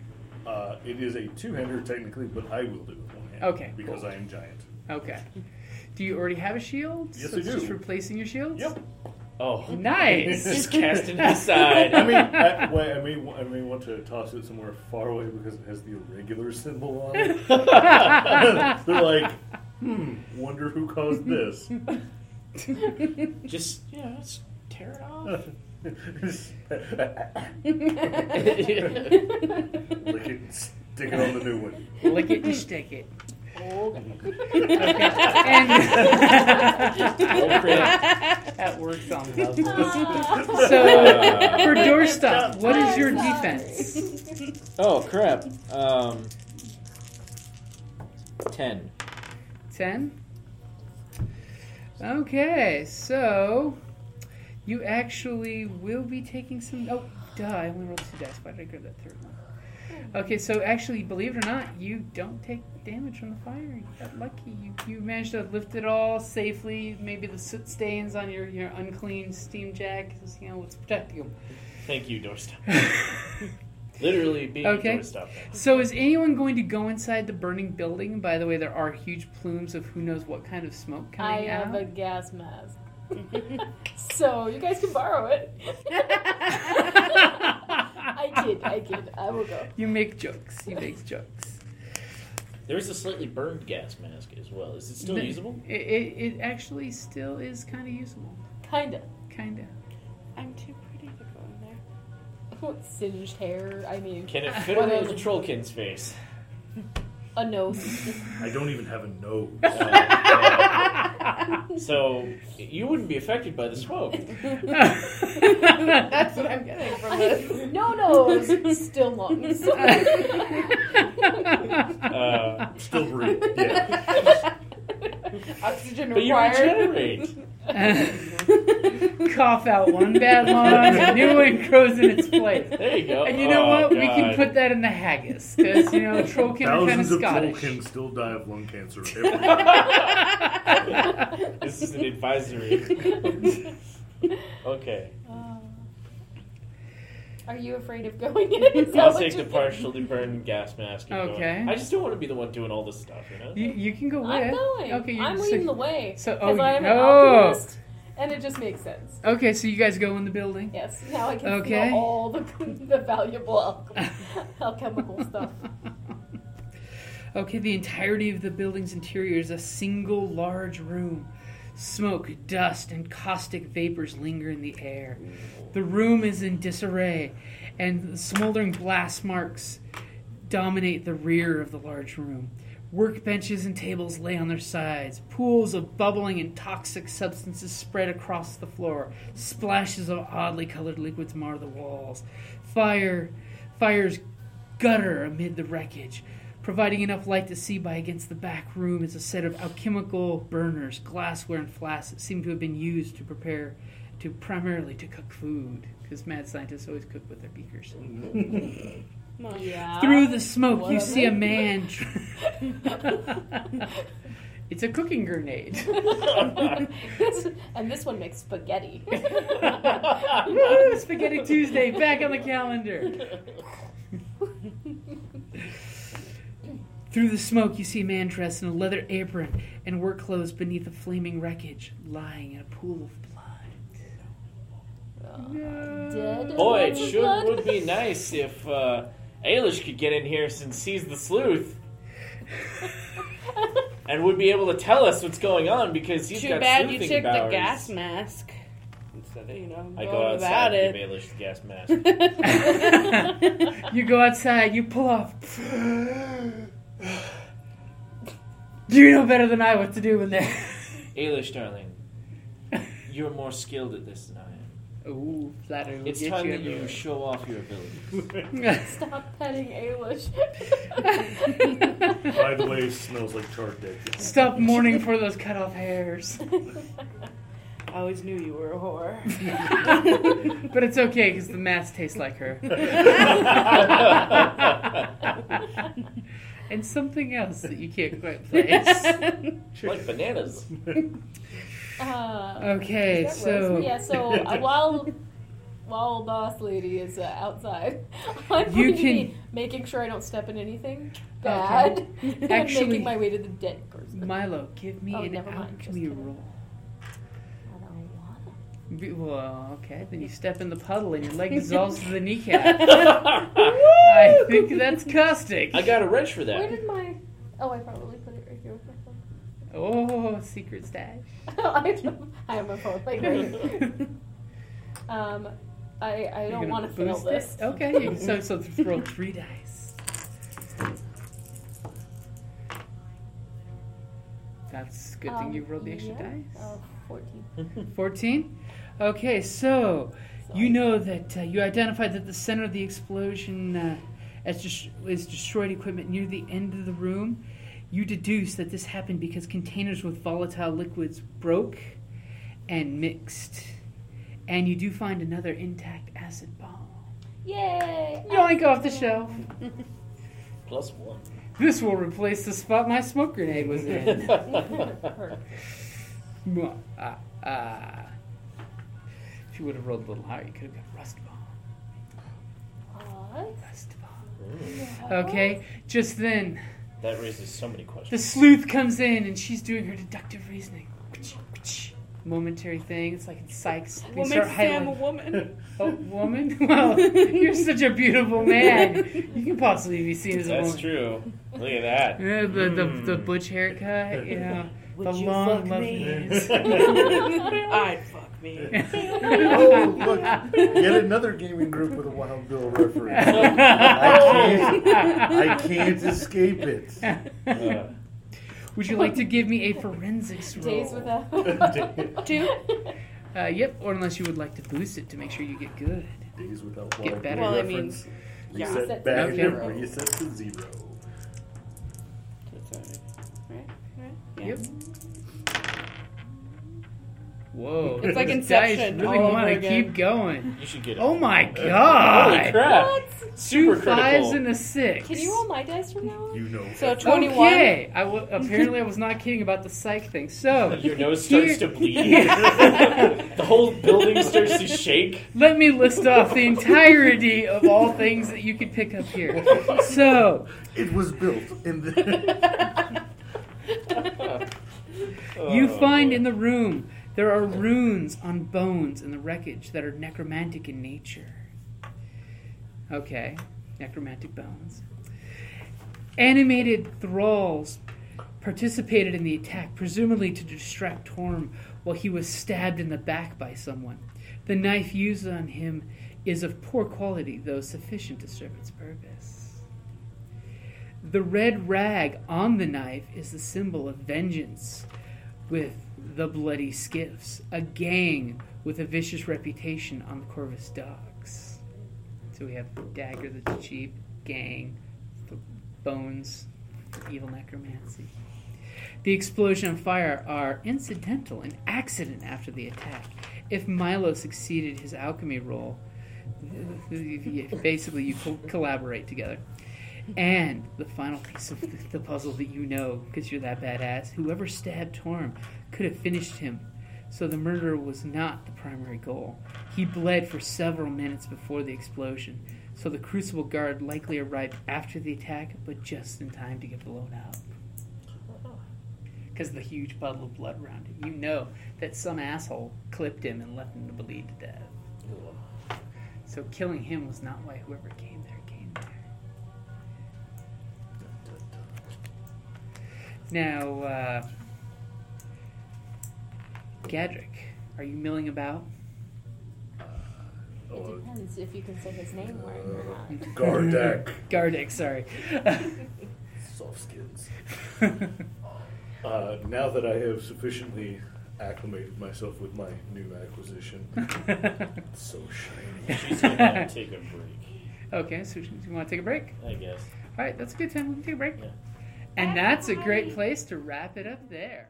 Speaker 6: Uh, it is a two-hander technically, but I will do it with one hand.
Speaker 2: Okay,
Speaker 6: Because I am giant.
Speaker 2: Okay. Do you already have a shield?
Speaker 6: Yes,
Speaker 2: so
Speaker 6: I
Speaker 2: it's Just
Speaker 6: do.
Speaker 2: replacing your shields.
Speaker 6: Yep.
Speaker 3: Oh,
Speaker 2: Nice.
Speaker 3: just cast it aside.
Speaker 6: I mean, I, wait, I may, I may want to toss it somewhere far away because it has the irregular symbol on it. They're like, hmm, wonder who caused this.
Speaker 3: just yeah, just tear it off.
Speaker 6: Lick it, and stick it on the new one.
Speaker 2: Lick it and stick it. Okay. And
Speaker 3: Oh, crap.
Speaker 2: that works on levels.
Speaker 5: Ah.
Speaker 2: So for doorstop, what is your defense?
Speaker 3: oh crap. Um, ten.
Speaker 2: Ten. Okay, so you actually will be taking some. Oh, duh! I only rolled two dice. Why did I grab that third one? Okay, so actually, believe it or not, you don't take damage from the fire. You got lucky. You, you managed to lift it all safely. Maybe the soot stains on your, your unclean steam jack is you know what's protecting them.
Speaker 3: Thank you, doorstop. Literally being
Speaker 2: Okay.
Speaker 3: doorstop.
Speaker 2: So is anyone going to go inside the burning building? By the way, there are huge plumes of who knows what kind of smoke
Speaker 5: I uh,
Speaker 2: coming
Speaker 5: have
Speaker 2: out.
Speaker 5: a gas mask. so you guys can borrow it. I kid, I kid. I will go.
Speaker 2: you make jokes. You make jokes.
Speaker 3: There is a slightly burned gas mask as well. Is it still
Speaker 2: The-
Speaker 3: usable?
Speaker 2: It, it, it actually still is kind of usable.
Speaker 5: Kinda.
Speaker 2: Kind of.
Speaker 5: I'm too pretty to go in there. What singed hair? I mean,
Speaker 3: Can it fit
Speaker 5: What
Speaker 3: around
Speaker 5: is-
Speaker 3: the trollkin's face?
Speaker 5: a nose.
Speaker 6: I don't even have a nose.
Speaker 3: So you wouldn't be affected by the smoke.
Speaker 2: That's
Speaker 5: what I'm getting from this. No nose, still lungs.
Speaker 3: Uh,
Speaker 6: Still real. Yeah.
Speaker 5: Oxygen
Speaker 3: but you regenerate.
Speaker 2: Cough out one bad lung, a new one grows in its place.
Speaker 3: There you go.
Speaker 2: And you know
Speaker 3: Oh,
Speaker 2: what? We
Speaker 3: God.
Speaker 2: can put that in the haggis because you know Trollkin are kind of
Speaker 6: Thousands of
Speaker 2: Scottish.
Speaker 6: Tolkien still die of lung cancer every year.
Speaker 3: this is an advisory. okay.
Speaker 5: Uh, Are you afraid of going in? Is that
Speaker 3: I'll
Speaker 5: what
Speaker 3: take the
Speaker 5: you're-
Speaker 3: partially burned gas mask. and go in.
Speaker 2: Okay.
Speaker 3: I just don't want to be the one doing all this stuff, you know?
Speaker 2: You, you can go with.
Speaker 5: I'm going.
Speaker 2: Okay, you
Speaker 5: I'm
Speaker 2: so-
Speaker 5: leading the way.
Speaker 2: so- oh,
Speaker 5: because I am an
Speaker 2: no.
Speaker 5: alchemist, and it just makes sense.
Speaker 2: Okay, so you guys go in the building.
Speaker 5: Yes, now I can
Speaker 2: Okay.
Speaker 5: smell all the, the valuable alchem- alchemical stuff.
Speaker 2: Okay, the entirety of the building's interior is a single large room. Smoke, dust, and caustic vapors linger in the air. The room is in disarray, and smoldering blast marks dominate the rear of the large room. Workbenches and tables lay on their sides. Pools of bubbling and toxic substances spread across the floor. Splashes of oddly colored liquids mar the walls. Fire, fires gutter amid the wreckage, providing enough light to see by against the back room is a set of alchemical burners, glassware, and flasks that seem to have been used to prepare, to primarily to cook food, because mad scientists always cook with their beakers.
Speaker 5: Yeah.
Speaker 2: Through the smoke,
Speaker 5: Mm-hmm. What
Speaker 2: you
Speaker 5: are
Speaker 2: see a
Speaker 5: they?
Speaker 2: man. tr- it's a cooking grenade.
Speaker 5: and this one makes spaghetti.
Speaker 2: Woo, Spaghetti Tuesday back on the calendar. Through the smoke, you see a man dressed in a leather apron and were closed beneath a flaming wreckage, lying in a pool of blood.
Speaker 7: Dead.
Speaker 3: Boy, it sure would be nice if uh, Ailish could get in here since he's the sleuth. and would be able to tell us what's going on because he's
Speaker 4: Too
Speaker 3: got
Speaker 4: bad you
Speaker 3: sleuthing
Speaker 4: took the
Speaker 3: powers.
Speaker 4: gas mask. Instead of, you know,
Speaker 3: I go
Speaker 4: going
Speaker 3: outside and
Speaker 4: without it.
Speaker 3: give Ailish the gas mask.
Speaker 2: you go outside, you pull off. You know better than I what to do in there.
Speaker 3: Ailish, darling, you're more skilled at this than I am.
Speaker 2: Ooh, flattery will
Speaker 3: It's
Speaker 2: get
Speaker 3: time
Speaker 2: you
Speaker 3: that you
Speaker 2: everywhere.
Speaker 3: show off your ability.
Speaker 7: Stop petting Ailish.
Speaker 6: By the way, smells like charred dick.
Speaker 2: Stop mourning for those cut off hairs.
Speaker 4: I always knew you were a whore.
Speaker 2: But it's okay because the mats taste like her. and something else that you can't quite place.
Speaker 3: like bananas.
Speaker 7: Uh,
Speaker 2: Okay,
Speaker 7: that
Speaker 2: so
Speaker 7: was- yeah, so uh, while while boss lady is uh, outside, I'm
Speaker 2: You
Speaker 7: going to
Speaker 2: can-
Speaker 7: be making sure I don't step in anything bad. and
Speaker 2: Actually-
Speaker 7: making my way to the dead person.
Speaker 2: Milo, give me
Speaker 7: Oh,
Speaker 2: an
Speaker 7: never mind, just
Speaker 2: alchemy
Speaker 7: kidding.
Speaker 2: roll.
Speaker 7: I don't want it.
Speaker 2: Be- Well, okay. Then you step in the puddle and your leg dissolves to the kneecap.
Speaker 3: I
Speaker 2: I think that's caustic.
Speaker 3: got a wrench for
Speaker 7: Where
Speaker 3: that.
Speaker 7: did my? Oh, I probably put it right here with my phone.
Speaker 2: Oh, secret stash.
Speaker 7: I don't- I have my phone like right here. Um, I I don't want to fail this.
Speaker 2: Okay, you- so so throw three dice. That's a good thing
Speaker 7: Um,
Speaker 2: you rolled the extra
Speaker 7: yeah.
Speaker 2: dice.
Speaker 7: Oh, 14.
Speaker 2: 14? Okay, so you know that uh, you identified that the center of the explosion uh, as dis- is destroyed equipment near the end of the room. You deduce that this happened because containers with volatile liquids broke and mixed. And you do find another intact acid bomb.
Speaker 7: Yay!
Speaker 2: Yoink off the shelf.
Speaker 3: Plus one.
Speaker 2: This will replace the spot my smoke grenade was in. Mwah, ah, ah. If you would have rolled a little higher, you could have got rust bomb.
Speaker 7: What?
Speaker 2: Rust bomb. Okay, just then,
Speaker 3: that raises so many questions.
Speaker 2: the sleuth comes in and she's doing her deductive reasoning. Momentary thing. It's like in Sykes. They
Speaker 4: What
Speaker 2: start
Speaker 4: makes Sam a
Speaker 2: highlighting-
Speaker 4: woman?
Speaker 2: Oh, woman? Well, you're such a beautiful man. You can possibly be seen as a
Speaker 3: That's
Speaker 2: woman.
Speaker 3: true. Hmm. Look at that.
Speaker 2: Yeah, the, the, the butch haircut, you know, the
Speaker 4: Would you
Speaker 2: long
Speaker 4: fuck
Speaker 2: lovely
Speaker 4: me?
Speaker 2: nails.
Speaker 4: I'd fuck me.
Speaker 6: Oh, look. Yet another gaming group with a Wild Bill reference. I can't, I can't escape it.
Speaker 3: Uh,
Speaker 2: Would you like to give me a forensics roll?
Speaker 7: Days without.
Speaker 4: Two?
Speaker 2: Uh, yep, or unless you would like to boost it to make sure you get good.
Speaker 6: Days without
Speaker 2: Get
Speaker 6: Wild
Speaker 2: better.
Speaker 6: Bill
Speaker 4: Well, I mean,
Speaker 6: reference.
Speaker 4: yeah.
Speaker 6: Reset
Speaker 7: Reset to
Speaker 6: back
Speaker 2: Okay.
Speaker 6: and
Speaker 7: zero.
Speaker 6: reset to zero.
Speaker 4: Yeah.
Speaker 2: Yep. Whoa.
Speaker 4: It's like
Speaker 2: those
Speaker 4: Inception
Speaker 2: Dice really
Speaker 4: all over
Speaker 2: want to
Speaker 4: again.
Speaker 2: keep going.
Speaker 3: you should get it.
Speaker 2: Oh my
Speaker 3: Holy
Speaker 2: god!
Speaker 3: crap!
Speaker 2: Two
Speaker 3: Super
Speaker 2: fives
Speaker 3: critical.
Speaker 2: and a six.
Speaker 7: Can you roll my dice from now on?
Speaker 6: You know.
Speaker 4: So
Speaker 6: it.
Speaker 4: 21.
Speaker 2: Okay. I w- apparently I was not kidding about the psych thing. So,
Speaker 3: Your nose starts to bleed. the whole building starts to shake.
Speaker 2: let me list off the entirety of all things that you could pick up here. So,
Speaker 6: It was built in the.
Speaker 2: You
Speaker 3: Oh,
Speaker 2: find
Speaker 3: boy.
Speaker 2: in the room there are runes on bones in the wreckage that are necromantic in nature. Okay, necromantic bones. Animated thralls participated in the attack, presumably to distract Torm while he was stabbed in the back by someone. The knife used on him is of poor quality, though sufficient to serve its purpose. The red rag on the knife is the symbol of vengeance with the Bloody Skiffs, a gang with a vicious reputation on the Corvus docks. So we have Dagger the Cheap, Gang, B- Bones, Evil Necromancy. The explosion and fire are incidental, an accident after the attack. If Milo succeeded his alchemy role, basically you co- collaborate together. And the final piece of the- the puzzle that you know, because you're that badass, whoever stabbed Torm could have finished him. So the murderer was not the primary goal. He bled for several minutes before the explosion. So the Crucible Guard likely arrived after the attack, but just in time to get blown up. because of the huge puddle of blood around him. You know that some asshole clipped him and left him to bleed to death. So killing him was not why whoever came there came there. Now, uh, Gadrick, are you milling about?
Speaker 6: Oh,
Speaker 5: It depends if you can say his name right
Speaker 4: Uh,
Speaker 5: or not.
Speaker 6: Gardak.
Speaker 2: Gardick, sorry.
Speaker 6: Soft skins. Uh, now that I have sufficiently acclimated myself with my new acquisition, it's so shiny.
Speaker 3: She's gonna take a break,
Speaker 2: okay, so do you want to take a break?
Speaker 3: I guess.
Speaker 2: All right, that's a good time. We can take a break.
Speaker 3: Yeah.
Speaker 2: And that's a great place to wrap it up there.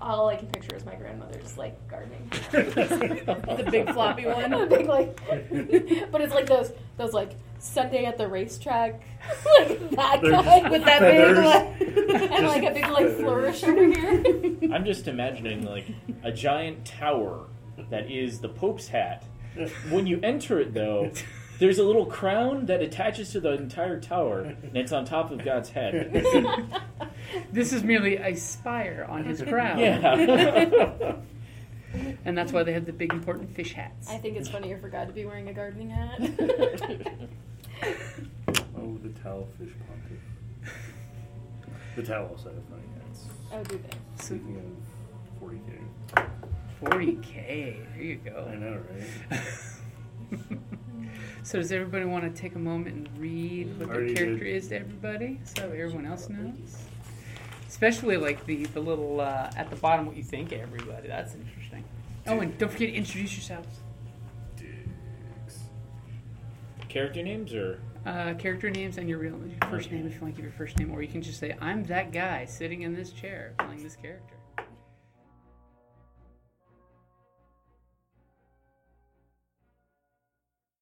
Speaker 5: All I can picture is my grandmother's like gardening,
Speaker 4: The big floppy one.
Speaker 5: the big like, but it's like those those like Sunday at the racetrack, like that guy
Speaker 4: With that big
Speaker 6: Feathers.
Speaker 4: one.
Speaker 5: and like a big like
Speaker 6: Feathers.
Speaker 5: flourish over here.
Speaker 3: I'm just imagining like a giant tower that is the Pope's hat. When you enter it, though, there's a little crown that attaches to the entire tower, and it's on top of God's head.
Speaker 2: This is merely a spire on his crown.
Speaker 3: Yeah.
Speaker 2: And that's why they have the big important fish hats.
Speaker 5: I think it's funnier for God to be wearing a gardening hat.
Speaker 6: Oh, the towel fish pontiff. The towel also have funny hats.
Speaker 5: oh, do they?
Speaker 2: So
Speaker 6: Speaking of 40k,
Speaker 2: 40k. There you
Speaker 6: I
Speaker 2: go.
Speaker 6: know, right?
Speaker 2: so does everybody want to take a moment and read what their
Speaker 6: Already
Speaker 2: character
Speaker 6: did.
Speaker 2: is to everybody, so everyone else knows? Especially like the the little uh, at the bottom, what you think of everybody. That's interesting. Oh, and don't forget to introduce yourselves.
Speaker 6: Dicks.
Speaker 3: Character names or
Speaker 2: Uh, character names and your real your first name if you want to give your first name, or you can just say, "I'm that guy sitting in this chair playing this character."